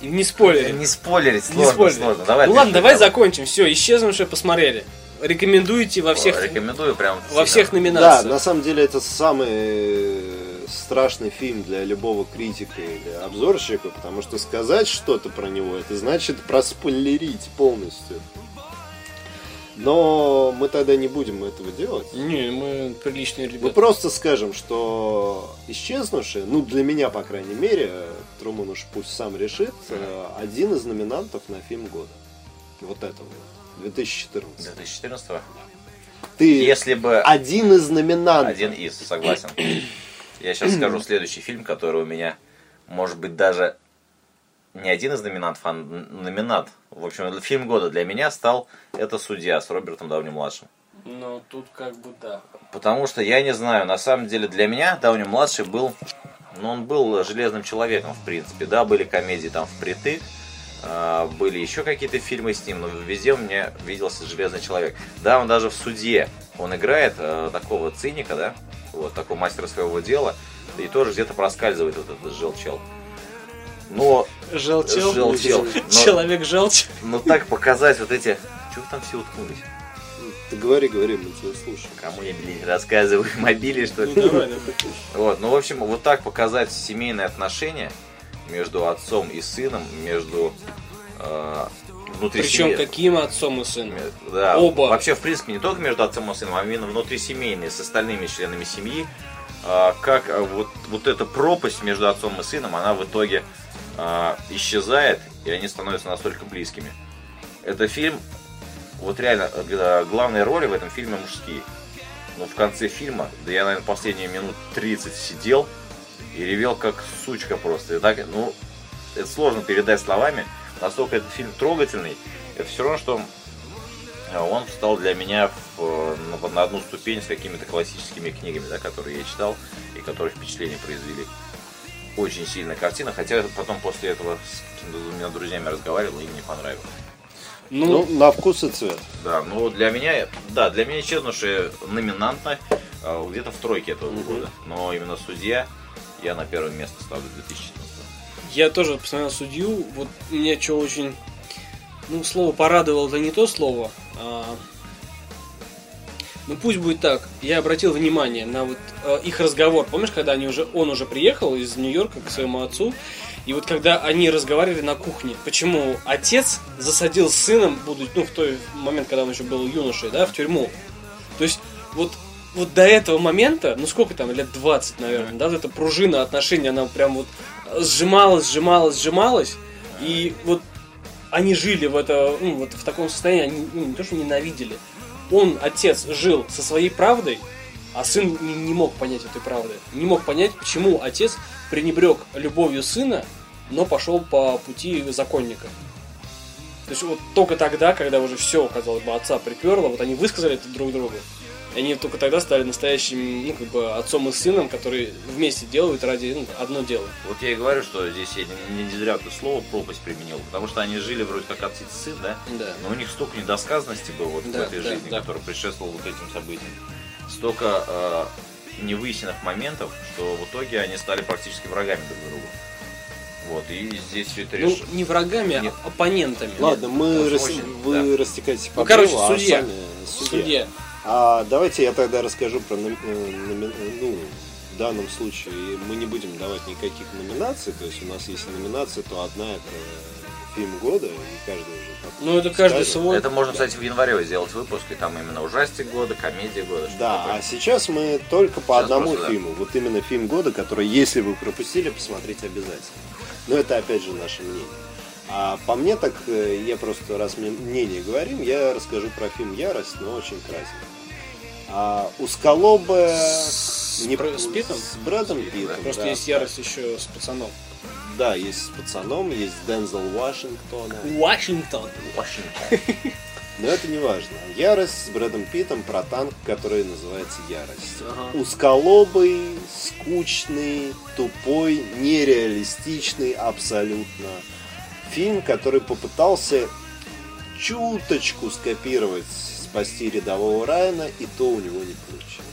[SPEAKER 2] И Не спойлери.
[SPEAKER 3] Не спойлерить,
[SPEAKER 2] Не
[SPEAKER 3] сложно,
[SPEAKER 2] спойлери.
[SPEAKER 3] сложно. Давай,
[SPEAKER 2] ну
[SPEAKER 3] ты
[SPEAKER 2] ладно,
[SPEAKER 3] что,
[SPEAKER 2] давай закончим. Все, исчезнувшее посмотрели. Рекомендуете во всех,
[SPEAKER 3] Рекомендую прям.
[SPEAKER 2] во
[SPEAKER 3] сильно.
[SPEAKER 2] всех
[SPEAKER 1] Да,
[SPEAKER 2] номинациях.
[SPEAKER 1] на самом деле это самый э, страшный фильм для любого критика или обзорщика, потому что сказать что-то про него, это значит проспойлерить полностью. Но мы тогда не будем этого делать.
[SPEAKER 2] Не, мы приличные
[SPEAKER 1] Мы
[SPEAKER 2] ребята.
[SPEAKER 1] просто скажем, что исчезнувшие, ну для меня, по крайней мере, э, Труман уж пусть сам решит, э, один из номинантов на фильм года. Вот этого вот. 2014.
[SPEAKER 3] 2014
[SPEAKER 1] Ты
[SPEAKER 3] Если бы...
[SPEAKER 1] один из номинантов.
[SPEAKER 3] Один из, согласен. Я сейчас скажу следующий фильм, который у меня, может быть, даже не один из номинантов, а н- номинат. В общем, фильм года для меня стал «Это судья» с Робертом Дауни-младшим.
[SPEAKER 2] Ну, тут как бы да.
[SPEAKER 3] Потому что, я не знаю, на самом деле для меня Дауни-младший был... Ну, он был железным человеком, в принципе. Да, были комедии там впритык, а, были еще какие-то фильмы с ним, но везде у меня виделся железный человек. Да, он даже в суде, он играет э, такого циника, да, вот такого мастера своего дела, и тоже где-то проскальзывает вот этот желчел. Но,
[SPEAKER 2] Желтел.
[SPEAKER 3] Желтел.
[SPEAKER 2] Человек желчь.
[SPEAKER 3] но так показать вот эти... Чего вы там все уткнулись?
[SPEAKER 1] Ты говори, говори, мы тебя слушаем.
[SPEAKER 3] Кому я, блин, рассказываю? [laughs] Мобили, что ли?
[SPEAKER 2] Ну, давай, давай.
[SPEAKER 3] Вот, ну, в общем, вот так показать семейные отношения между отцом и сыном, между э, внутри
[SPEAKER 2] Причем
[SPEAKER 3] семьи-
[SPEAKER 2] каким отцом и сыном?
[SPEAKER 3] Да,
[SPEAKER 2] Оба.
[SPEAKER 3] Вообще, в принципе, не только между отцом и сыном, а именно внутрисемейные, с остальными членами семьи. А, Как а, вот, вот эта пропасть между отцом и сыном, она в итоге а, исчезает, и они становятся настолько близкими. Это фильм, вот реально, э, главные роли в этом фильме мужские. Но в конце фильма, да я, наверное, последние минут 30 сидел и ревел как сучка просто. И так, ну, это сложно передать словами, настолько этот фильм трогательный, это все равно, что а он стал для меня в, э, на, на одну ступень с какими-то классическими книгами, да, которые я читал и которые впечатление произвели. Очень сильная картина, хотя потом после этого с какими-то двумя друзьями разговаривал, им не понравилось.
[SPEAKER 1] Ну,
[SPEAKER 2] Ну,
[SPEAKER 1] на вкус и цвет.
[SPEAKER 3] Да, ну для меня, да, для меня исчезнувшие номинантно э, где-то в тройке этого года. Но именно судья я на первое место ставлю 2014.
[SPEAKER 2] я тоже посмотрел судью. Вот меня что очень... Ну, слово порадовало, это не то слово. а, Ну, пусть будет так. Я обратил внимание на вот э, их разговор. Помнишь, когда они уже, он уже приехал из Нью-Йорка к своему отцу, и вот когда они разговаривали на кухне, почему отец засадил с сыном, будучи, ну, в той момент, когда он еще был юношей, да, в тюрьму. То есть, вот, вот до этого момента, ну сколько там, лет 20, наверное, да, вот эта пружина отношений, она прям вот сжималась, сжималась, сжималась, и вот они жили в это, ну, вот в таком состоянии, они ну, не то что ненавидели, он, отец, жил со своей правдой, а сын не, не мог понять этой правды. Не мог понять, почему отец пренебрег любовью сына но пошел по пути законника. То есть вот только тогда, когда уже все, казалось бы, отца приперло, вот они высказали это друг другу. И они только тогда стали настоящим, ну, как бы, отцом и сыном, которые вместе делают ради ну, одно дело.
[SPEAKER 3] Вот я и говорю, что здесь я не, не зря это слово пропасть применил, потому что они жили вроде как отец и сын, да?
[SPEAKER 2] Да.
[SPEAKER 3] Но у них столько недосказанности было вот
[SPEAKER 2] Да,
[SPEAKER 3] в этой
[SPEAKER 2] да,
[SPEAKER 3] жизни,
[SPEAKER 2] да.
[SPEAKER 3] которая предшествовала вот этим событиям. Столько э, невыясненных моментов, что в итоге они стали практически врагами друг другу. Вот, и здесь все это
[SPEAKER 2] Ну,
[SPEAKER 3] решено.
[SPEAKER 2] не врагами,
[SPEAKER 3] Нет.
[SPEAKER 2] а оппонентами.
[SPEAKER 1] Ладно, мы
[SPEAKER 3] Очень,
[SPEAKER 1] рас- вы растекаетесь по
[SPEAKER 2] Ну, короче,
[SPEAKER 1] древу, а
[SPEAKER 2] судья.
[SPEAKER 1] сами судья.
[SPEAKER 2] Судья.
[SPEAKER 1] А давайте я тогда расскажу про ном- э, номи- э, ну, в данном случае мы не будем давать никаких номинаций, то есть у нас есть номинации, то одна это фильм года, и каждый уже потом
[SPEAKER 2] Ну, это каждый
[SPEAKER 1] скажет.
[SPEAKER 2] свой.
[SPEAKER 3] Это можно, кстати, в январе сделать выпуск, и там именно ужастик года, комедия года. что-то
[SPEAKER 1] Да,
[SPEAKER 3] такое.
[SPEAKER 1] а сейчас мы только по
[SPEAKER 3] Сейчас
[SPEAKER 1] одному
[SPEAKER 3] просто, да.
[SPEAKER 1] фильму. Вот именно фильм года, который, если вы пропустили, посмотрите обязательно. Но это опять же наше мнение. А по мне так, э, я просто, раз мы мнение говорим, я расскажу про фильм «Ярость», но очень красно. А у Скалоба...
[SPEAKER 2] Брэ- с Питтом?
[SPEAKER 1] С Брэдом Питтом,
[SPEAKER 2] Просто
[SPEAKER 1] да.
[SPEAKER 2] есть ярость еще с пацаном.
[SPEAKER 1] Да, есть с пацаном, есть с Дензел Вашингтона.
[SPEAKER 2] Вашингтон.
[SPEAKER 3] Вашингтон.
[SPEAKER 1] Но это не важно. Ярость с Брэдом Питтом про танк, который называется Ярость.
[SPEAKER 2] Ага.
[SPEAKER 1] Узколобый, скучный, тупой, нереалистичный абсолютно фильм, который попытался чуточку скопировать, спасти рядового Райана, и то у него не получилось.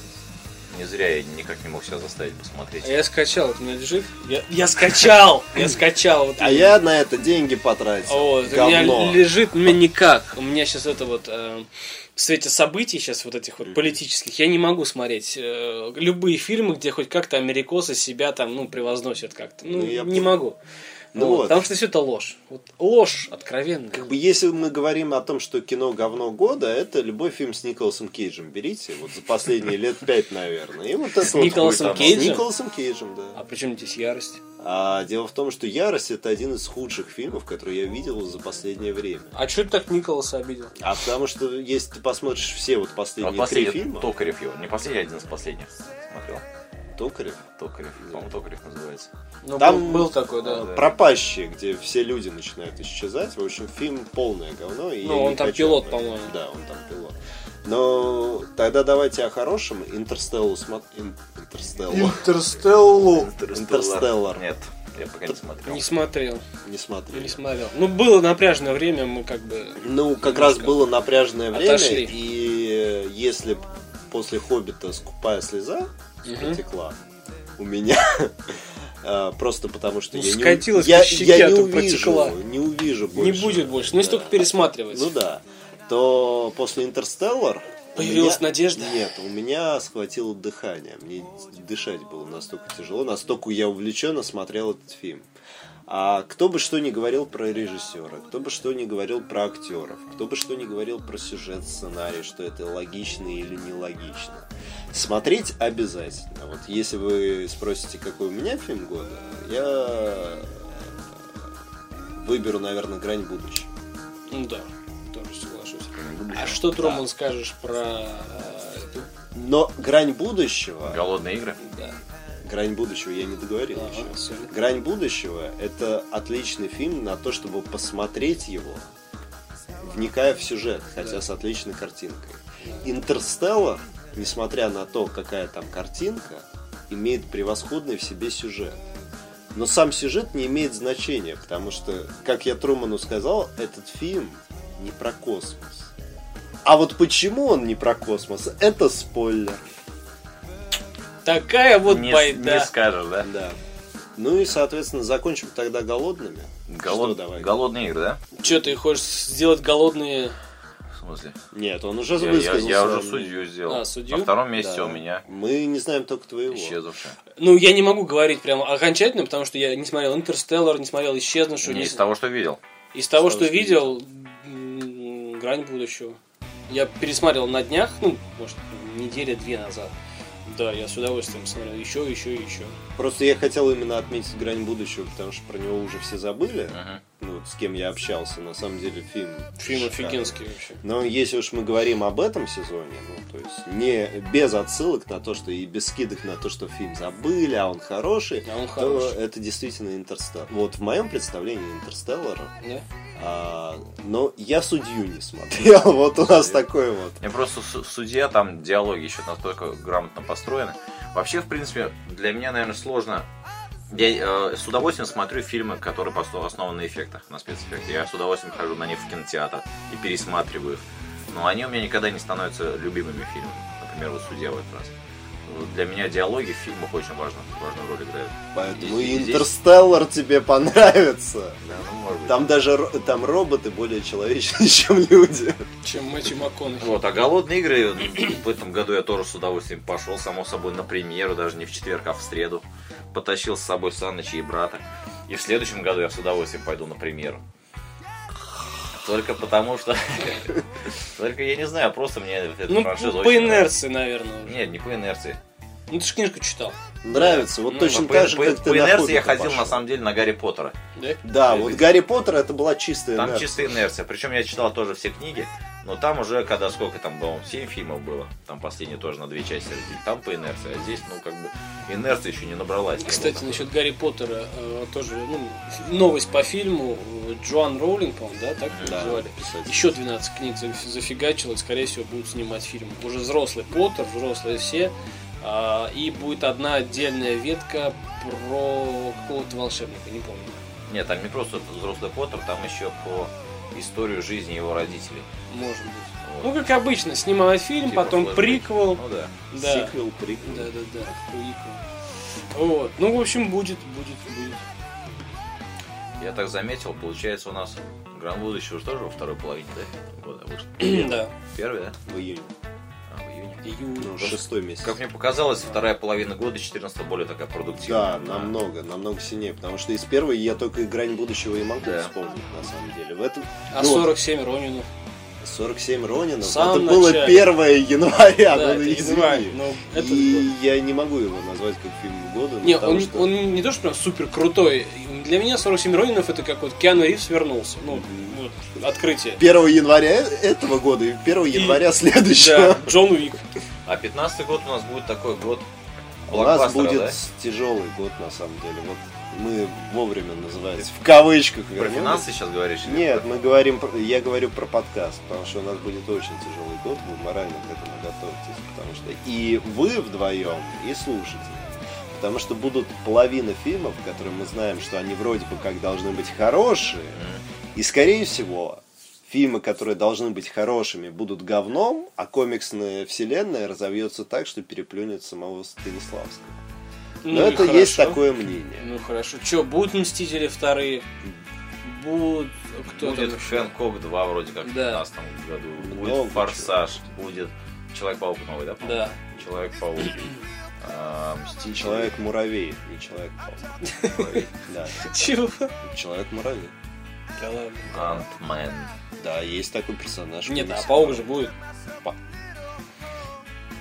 [SPEAKER 3] Не зря я никак не мог себя заставить посмотреть.
[SPEAKER 2] А я скачал, это у меня лежит. Я, я скачал! Я скачал. вот
[SPEAKER 1] А
[SPEAKER 2] именно.
[SPEAKER 1] я на это деньги потратил.
[SPEAKER 2] О, это у меня
[SPEAKER 1] Говно.
[SPEAKER 2] лежит, у меня никак. У меня сейчас это вот э, в свете событий сейчас вот этих вот политических я не могу смотреть э, любые фильмы, где хоть как-то америкосы себя там ну превозносят как-то. Ну,
[SPEAKER 1] Ну, я
[SPEAKER 2] не
[SPEAKER 1] понял.
[SPEAKER 2] могу.
[SPEAKER 1] Ну
[SPEAKER 2] Вот,
[SPEAKER 1] вот.
[SPEAKER 2] Потому что все это ложь. Вот ложь откровенная.
[SPEAKER 1] Как бы если мы говорим о том, что кино говно года, это любой фильм с Николасом Кейджем. Берите, вот за последние лет пять, наверное. И вот это вот
[SPEAKER 2] Николасом
[SPEAKER 1] хуй там.
[SPEAKER 2] Кейджем?
[SPEAKER 1] С Николасом Кейджем,
[SPEAKER 2] А
[SPEAKER 1] да.
[SPEAKER 2] при чем здесь ярость?
[SPEAKER 1] А дело в том, что Ярость это один из худших фильмов, которые я видел за последнее время.
[SPEAKER 2] А что ты так Николаса обидел?
[SPEAKER 1] А потому что если ты посмотришь все вот
[SPEAKER 3] А
[SPEAKER 1] последние
[SPEAKER 3] последний
[SPEAKER 1] три фильма,
[SPEAKER 3] Токарев его. Не последний, а один из последних. Смотрел.
[SPEAKER 1] Токарев,
[SPEAKER 3] Токарев. По-моему, Токарев называется.
[SPEAKER 2] Ну,
[SPEAKER 1] Там-
[SPEAKER 2] был, был такой, да.
[SPEAKER 1] а, пропащие, где все люди начинают исчезать. В общем, фильм полное говно. и
[SPEAKER 2] Ну,
[SPEAKER 1] я
[SPEAKER 2] он
[SPEAKER 1] не
[SPEAKER 2] там
[SPEAKER 1] хочу
[SPEAKER 2] пилот,
[SPEAKER 1] об этом.
[SPEAKER 2] по-моему.
[SPEAKER 1] Да, он там пилот. Но тогда давайте о хорошем. Интерстеллу смотрим. Интерстеллу.
[SPEAKER 2] Интерстеллу.
[SPEAKER 1] Интерстеллар.
[SPEAKER 3] Нет, я пока не смотрел.
[SPEAKER 2] Не смотрел,
[SPEAKER 1] Не смотрели.
[SPEAKER 2] не смотрел. Ну, было напряженное время, мы как бы...
[SPEAKER 1] Ну, как раз было напряженное время,
[SPEAKER 2] Отошли.
[SPEAKER 1] и э, если б после «Хоббита» скупая слеза протекла у меня, [laughs] э, просто потому что
[SPEAKER 2] Ну,
[SPEAKER 1] я не, у-
[SPEAKER 2] скатилась по
[SPEAKER 1] я,
[SPEAKER 2] щеке,
[SPEAKER 1] я
[SPEAKER 2] а
[SPEAKER 1] не
[SPEAKER 2] то
[SPEAKER 1] увижу,
[SPEAKER 2] протекла.
[SPEAKER 1] не увижу
[SPEAKER 2] Не
[SPEAKER 1] больше.
[SPEAKER 2] будет больше, ну, если
[SPEAKER 1] Да.
[SPEAKER 2] только пересматривать.
[SPEAKER 1] Ну да. То после Интерстеллар у
[SPEAKER 2] Появилась
[SPEAKER 1] меня-
[SPEAKER 2] надежда?
[SPEAKER 1] Нет, у меня схватило дыхание. Мне дышать было настолько тяжело, настолько я увлеченно смотрел этот фильм. А кто бы что ни говорил про режиссера, кто бы что ни говорил про актеров, кто бы что ни говорил про сюжет, сценарий, что это логично или нелогично. Смотреть обязательно. Вот если вы спросите, какой у меня фильм года, я выберу, наверное, грань будущего.
[SPEAKER 2] Ну да, тоже соглашусь. А что ты, Роман, скажешь про... э, эту?
[SPEAKER 1] Но грань будущего,
[SPEAKER 3] Голодные игры.
[SPEAKER 2] Да.
[SPEAKER 1] грань будущего я не договорил
[SPEAKER 2] Ага,
[SPEAKER 1] еще.
[SPEAKER 2] всё.
[SPEAKER 1] Грань будущего это отличный фильм на то, чтобы посмотреть его, вникая в сюжет, хотя с отличной картинкой. Интерстеллар, несмотря на то, какая там картинка, имеет превосходный в себе сюжет. Но сам сюжет не имеет значения, потому что, как я Труману сказал, этот фильм не про космос. А вот почему он не про космос, это спойлер.
[SPEAKER 2] Такая вот
[SPEAKER 3] не, не
[SPEAKER 2] байда.
[SPEAKER 3] скажешь, да?
[SPEAKER 1] Да. Ну и, соответственно, закончим тогда голодными.
[SPEAKER 3] Голод-
[SPEAKER 1] Ну Что давай?
[SPEAKER 3] Голодные игры, да?
[SPEAKER 2] Че, ты хочешь сделать голодные...
[SPEAKER 3] В смысле?
[SPEAKER 1] Нет, он уже
[SPEAKER 3] Я, я-
[SPEAKER 1] высказался.
[SPEAKER 3] я уже судью сделал.
[SPEAKER 2] А, судью?
[SPEAKER 3] На втором
[SPEAKER 1] Да.
[SPEAKER 3] месте у меня
[SPEAKER 1] Мы не знаем только твоего.
[SPEAKER 3] исчезнувшая.
[SPEAKER 2] Ну, я не могу говорить прям окончательно, потому что я не смотрел «Интерстеллар», не смотрел «Исчезнувшую».
[SPEAKER 3] Не
[SPEAKER 2] не-
[SPEAKER 3] из того, что видел.
[SPEAKER 2] Из того,
[SPEAKER 1] Из
[SPEAKER 2] что
[SPEAKER 1] того, что
[SPEAKER 2] видел, м, грань будущего. Я пересмотрел на днях, ну, может, недели две назад. Да, я с удовольствием смотрел еще, еще, еще.
[SPEAKER 1] Просто я хотел именно отметить грань будущего, потому что про него уже все забыли.
[SPEAKER 3] Мгм.
[SPEAKER 1] ну, вот с кем я общался, на самом деле фильм.
[SPEAKER 2] Фильм
[SPEAKER 1] шикарный.
[SPEAKER 2] офигенский вообще.
[SPEAKER 1] Но если уж мы говорим об этом сезоне, ну, то есть не без отсылок на то, что и без скидок на то, что фильм забыли, а он хороший,
[SPEAKER 2] А он
[SPEAKER 1] то
[SPEAKER 2] хороший.
[SPEAKER 1] это действительно Интерстеллар. Вот в моем представлении Интерстеллара,
[SPEAKER 2] Да?
[SPEAKER 1] а, но я судью не смотрел, [laughs] вот у нас такой вот.
[SPEAKER 3] Я просто су- судья, там диалоги еще настолько грамотно построены. Вообще, в принципе, для меня, наверное, сложно. Я э, с удовольствием смотрю фильмы, которые посто- основаны на эффектах, на спецэффектах. Я с удовольствием хожу на них в кинотеатр и пересматриваю их. Но они у меня никогда не становятся любимыми фильмами. Например, вот «Судья» в этот раз. Вот Для меня диалоги в фильмах очень важно, важную роль играют.
[SPEAKER 1] Поэтому
[SPEAKER 3] И- и
[SPEAKER 1] и
[SPEAKER 3] здесь-
[SPEAKER 1] Интерстеллар тебе понравится.
[SPEAKER 3] Да, ну, может быть.
[SPEAKER 1] Там даже ро- там роботы более человечные, [laughs] чем люди.
[SPEAKER 2] Чем Мэтью МакКонахи.
[SPEAKER 3] Вот, а голодные игры ну, в этом году я тоже с удовольствием пошел, само собой, на премьеру, даже не в четверг, а в среду. Потащил с собой Саныча и брата. И в следующем году я с удовольствием пойду на премьеру. Только потому что... [laughs] Только я не знаю, просто мне эта
[SPEAKER 2] Ну,
[SPEAKER 3] франшиза
[SPEAKER 2] по
[SPEAKER 3] очень
[SPEAKER 2] инерции, наверное.
[SPEAKER 3] нравится.
[SPEAKER 2] уже.
[SPEAKER 3] Нет, не по инерции.
[SPEAKER 2] Ну, ты же книжку читал,
[SPEAKER 1] Нравится, вот
[SPEAKER 2] Ну,
[SPEAKER 3] По,
[SPEAKER 1] точно так же,
[SPEAKER 3] по-
[SPEAKER 1] как ты
[SPEAKER 3] по
[SPEAKER 1] на
[SPEAKER 3] инерции
[SPEAKER 1] Хоббита
[SPEAKER 3] я ходил
[SPEAKER 1] пошел.
[SPEAKER 3] на самом деле на Гарри Поттера.
[SPEAKER 2] да?
[SPEAKER 1] Да, вот Гарри Поттер это была чистая
[SPEAKER 3] Там
[SPEAKER 1] энергия.
[SPEAKER 3] чистая инерция. Причем я читал тоже все книги, но там уже, когда сколько там было, 7 фильмов было, там последние тоже на две части разделили, там по инерции, а здесь, ну, как бы, инерция еще не набралась.
[SPEAKER 2] Кстати, насчет Гарри Поттера э, тоже ну, новость по фильму. э, Джоан Роулинг, по-моему, да, так ее
[SPEAKER 1] Да,
[SPEAKER 2] называли?
[SPEAKER 1] писатель.
[SPEAKER 2] Еще 12 книг зафи- зафигачил, и, скорее всего, будут снимать фильм. Уже взрослый Поттер, взрослые все. а, И будет одна отдельная ветка про какого-то волшебника, не помню.
[SPEAKER 3] Нет, там не просто взрослый Поттер, там еще по историю жизни его родителей.
[SPEAKER 2] Может быть.
[SPEAKER 3] Вот.
[SPEAKER 2] Ну, как обычно, снимают фильм,
[SPEAKER 3] Типа
[SPEAKER 2] потом
[SPEAKER 3] флэшбэк.
[SPEAKER 2] приквел.
[SPEAKER 3] Ну да.
[SPEAKER 2] Да.
[SPEAKER 1] Сиквел, приквел.
[SPEAKER 2] Да, да, да, приквел. Вот. Ну, в общем, будет, будет, будет. [clears throat]
[SPEAKER 3] Я так заметил, получается у нас Гранвуд еще уже тоже во второй половине, да? года вышел.
[SPEAKER 2] да.
[SPEAKER 3] Первый, да?
[SPEAKER 1] В июне.
[SPEAKER 3] А, в июне.
[SPEAKER 2] Июль.
[SPEAKER 1] Ну, шестой месяц.
[SPEAKER 3] Как мне показалось, вторая половина года 14 более такая продуктивная.
[SPEAKER 1] Да, намного, намного сильнее, потому что из первой я только грань будущего и могу
[SPEAKER 3] Да.
[SPEAKER 1] вспомнить, на самом деле. В этом
[SPEAKER 2] А
[SPEAKER 1] ну,
[SPEAKER 2] 47 Ронинов.
[SPEAKER 1] 47 Ронинов,
[SPEAKER 2] В самом
[SPEAKER 1] это было
[SPEAKER 2] начале.
[SPEAKER 1] 1 января,
[SPEAKER 2] Да,
[SPEAKER 1] ну
[SPEAKER 2] это
[SPEAKER 1] извини.
[SPEAKER 2] январь, но это
[SPEAKER 1] И я не могу его назвать как фильм года, ну,
[SPEAKER 2] Не,
[SPEAKER 1] потому
[SPEAKER 2] он,
[SPEAKER 1] что...
[SPEAKER 2] он не то, что прям супер крутой. Для меня 47 Ронинов это как вот Киану Ривз вернулся. Ну, вот, открытие.
[SPEAKER 1] 1 января этого года и 1 января следующего.
[SPEAKER 2] Да, Джон Уик.
[SPEAKER 3] А 15 год у нас будет такой год
[SPEAKER 1] У нас
[SPEAKER 3] блокбастера,
[SPEAKER 1] будет
[SPEAKER 3] да?
[SPEAKER 1] тяжелый год, на самом деле. Вот мы вовремя называется, в кавычках
[SPEAKER 3] Про
[SPEAKER 1] вернемся.
[SPEAKER 3] финансы сейчас говоришь? или
[SPEAKER 1] Ну, Нет, мы говорим, про- я говорю про подкаст, потому что у нас будет очень тяжелый год, вы морально к этому готовьтесь, потому что и вы вдвоем, и слушатели. Потому что будут половина фильмов, которые мы знаем, что они вроде бы как должны быть хорошие, и скорее всего фильмы, которые должны быть хорошими, будут говном, а комиксная вселенная разовьется так, что переплюнет самого Станиславского. Но
[SPEAKER 2] Ну и
[SPEAKER 1] Ну, это есть
[SPEAKER 2] хорошо.
[SPEAKER 1] такое мнение.
[SPEAKER 2] Ну хорошо. Че, будут Мстители вторые? Будут... Кто
[SPEAKER 3] будет
[SPEAKER 2] там?
[SPEAKER 3] Хэнкок 2 вроде как в
[SPEAKER 2] Да.
[SPEAKER 3] 2015 году, будет
[SPEAKER 1] Много
[SPEAKER 3] Форсаж, будет Человек-паук новый, да? по-моему?
[SPEAKER 2] Да.
[SPEAKER 3] Человек-паук. а, Мстители.
[SPEAKER 1] Человек-муравей, не человек-паук.
[SPEAKER 2] [laughs]
[SPEAKER 1] Да,
[SPEAKER 2] Чего?
[SPEAKER 1] человек-муравей.
[SPEAKER 2] Да ладно.
[SPEAKER 3] Антмен.
[SPEAKER 1] Да, есть такой персонаж.
[SPEAKER 2] Нет, а
[SPEAKER 1] комикс.
[SPEAKER 2] паук же будет.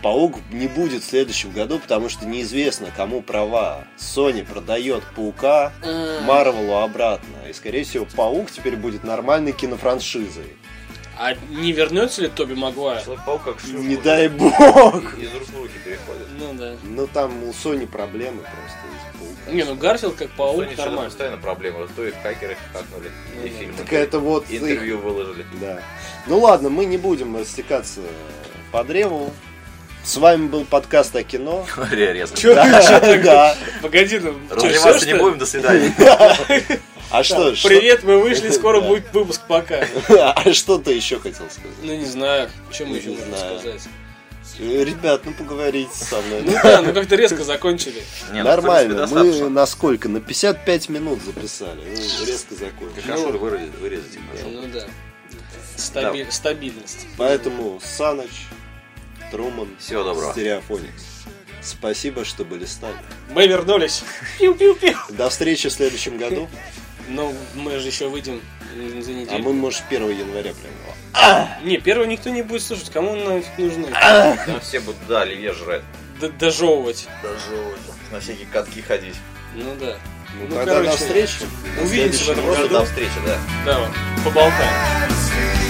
[SPEAKER 1] Паук не будет в следующем году, потому что неизвестно, кому права. Sony продает Паука Марвелу обратно. И, скорее всего, Паук теперь будет нормальной кинофраншизой.
[SPEAKER 2] А не вернется ли Тоби Магуайр?
[SPEAKER 3] Человек-паук как шлюха
[SPEAKER 1] Не
[SPEAKER 3] уже
[SPEAKER 1] дай бог!
[SPEAKER 3] Из рук в руки переходит.
[SPEAKER 2] Ну да.
[SPEAKER 1] Ну, там у Sony проблемы просто из Паука.
[SPEAKER 2] Не, ну Гарфилд как
[SPEAKER 3] У
[SPEAKER 2] паук
[SPEAKER 3] Sony что-то
[SPEAKER 2] нормально. Ну,
[SPEAKER 3] постоянно проблемы. То и хакеры хакнули, и фильмы.
[SPEAKER 1] Так это вот их-
[SPEAKER 3] Интервью выложили. [laughs]
[SPEAKER 1] Да. Ну ладно, мы не будем растекаться по древу. С вами был подкаст о кино.
[SPEAKER 2] [laughs]
[SPEAKER 3] Говоря резко.
[SPEAKER 1] Да, да.
[SPEAKER 2] Погоди, ну, чё, всё,
[SPEAKER 3] Разливаться
[SPEAKER 2] что
[SPEAKER 3] не ну,
[SPEAKER 2] ли?
[SPEAKER 3] будем,
[SPEAKER 1] [laughs]
[SPEAKER 3] до свидания.
[SPEAKER 1] А что, что-
[SPEAKER 2] Привет, мы вышли, скоро
[SPEAKER 1] Да.
[SPEAKER 2] будет выпуск, пока.
[SPEAKER 1] [laughs] а что ты еще хотел сказать?
[SPEAKER 2] Ну не знаю, чем
[SPEAKER 1] Не
[SPEAKER 2] еще можно
[SPEAKER 1] знаю.
[SPEAKER 2] сказать.
[SPEAKER 1] Э, Ребят, ну поговорите со мной.
[SPEAKER 2] Ну да, ну как-то резко закончили.
[SPEAKER 3] Не, ну, в принципе,
[SPEAKER 1] Нормально, мы
[SPEAKER 3] достаточно.
[SPEAKER 1] на сколько? На 55 минут записали. Ну, Резко закончили. Ну,
[SPEAKER 3] Кашур вырезать, вырезать, пожалуйста.
[SPEAKER 2] Ну да. Стаби- Стабильность.
[SPEAKER 1] Поэтому Саныч, Труман,
[SPEAKER 3] Всего доброго.
[SPEAKER 1] Стереофоникс. Спасибо, что были с нами.
[SPEAKER 2] Мы вернулись. Пиу-пиу-пиу.
[SPEAKER 1] До встречи в следующем году.
[SPEAKER 2] Но мы же еще выйдем м, за
[SPEAKER 1] А мы,
[SPEAKER 2] неделю.
[SPEAKER 1] может, 1 января прямо.
[SPEAKER 2] Не, первого никто не будет слушать. Кому он нафиг нужны?
[SPEAKER 3] Там все будут, да, оливье жрать.
[SPEAKER 2] Д- Дожевывать.
[SPEAKER 3] Даже на всякие катки ходить.
[SPEAKER 2] Ну да.
[SPEAKER 1] Ну,
[SPEAKER 2] Ну,
[SPEAKER 1] тогда
[SPEAKER 2] короче,
[SPEAKER 1] до встречи. До
[SPEAKER 2] увидимся в
[SPEAKER 1] следующего раза.
[SPEAKER 2] этом
[SPEAKER 3] Просто
[SPEAKER 2] году.
[SPEAKER 3] до встречи, да.
[SPEAKER 2] Давай, поболтаем.
[SPEAKER 4] I've seen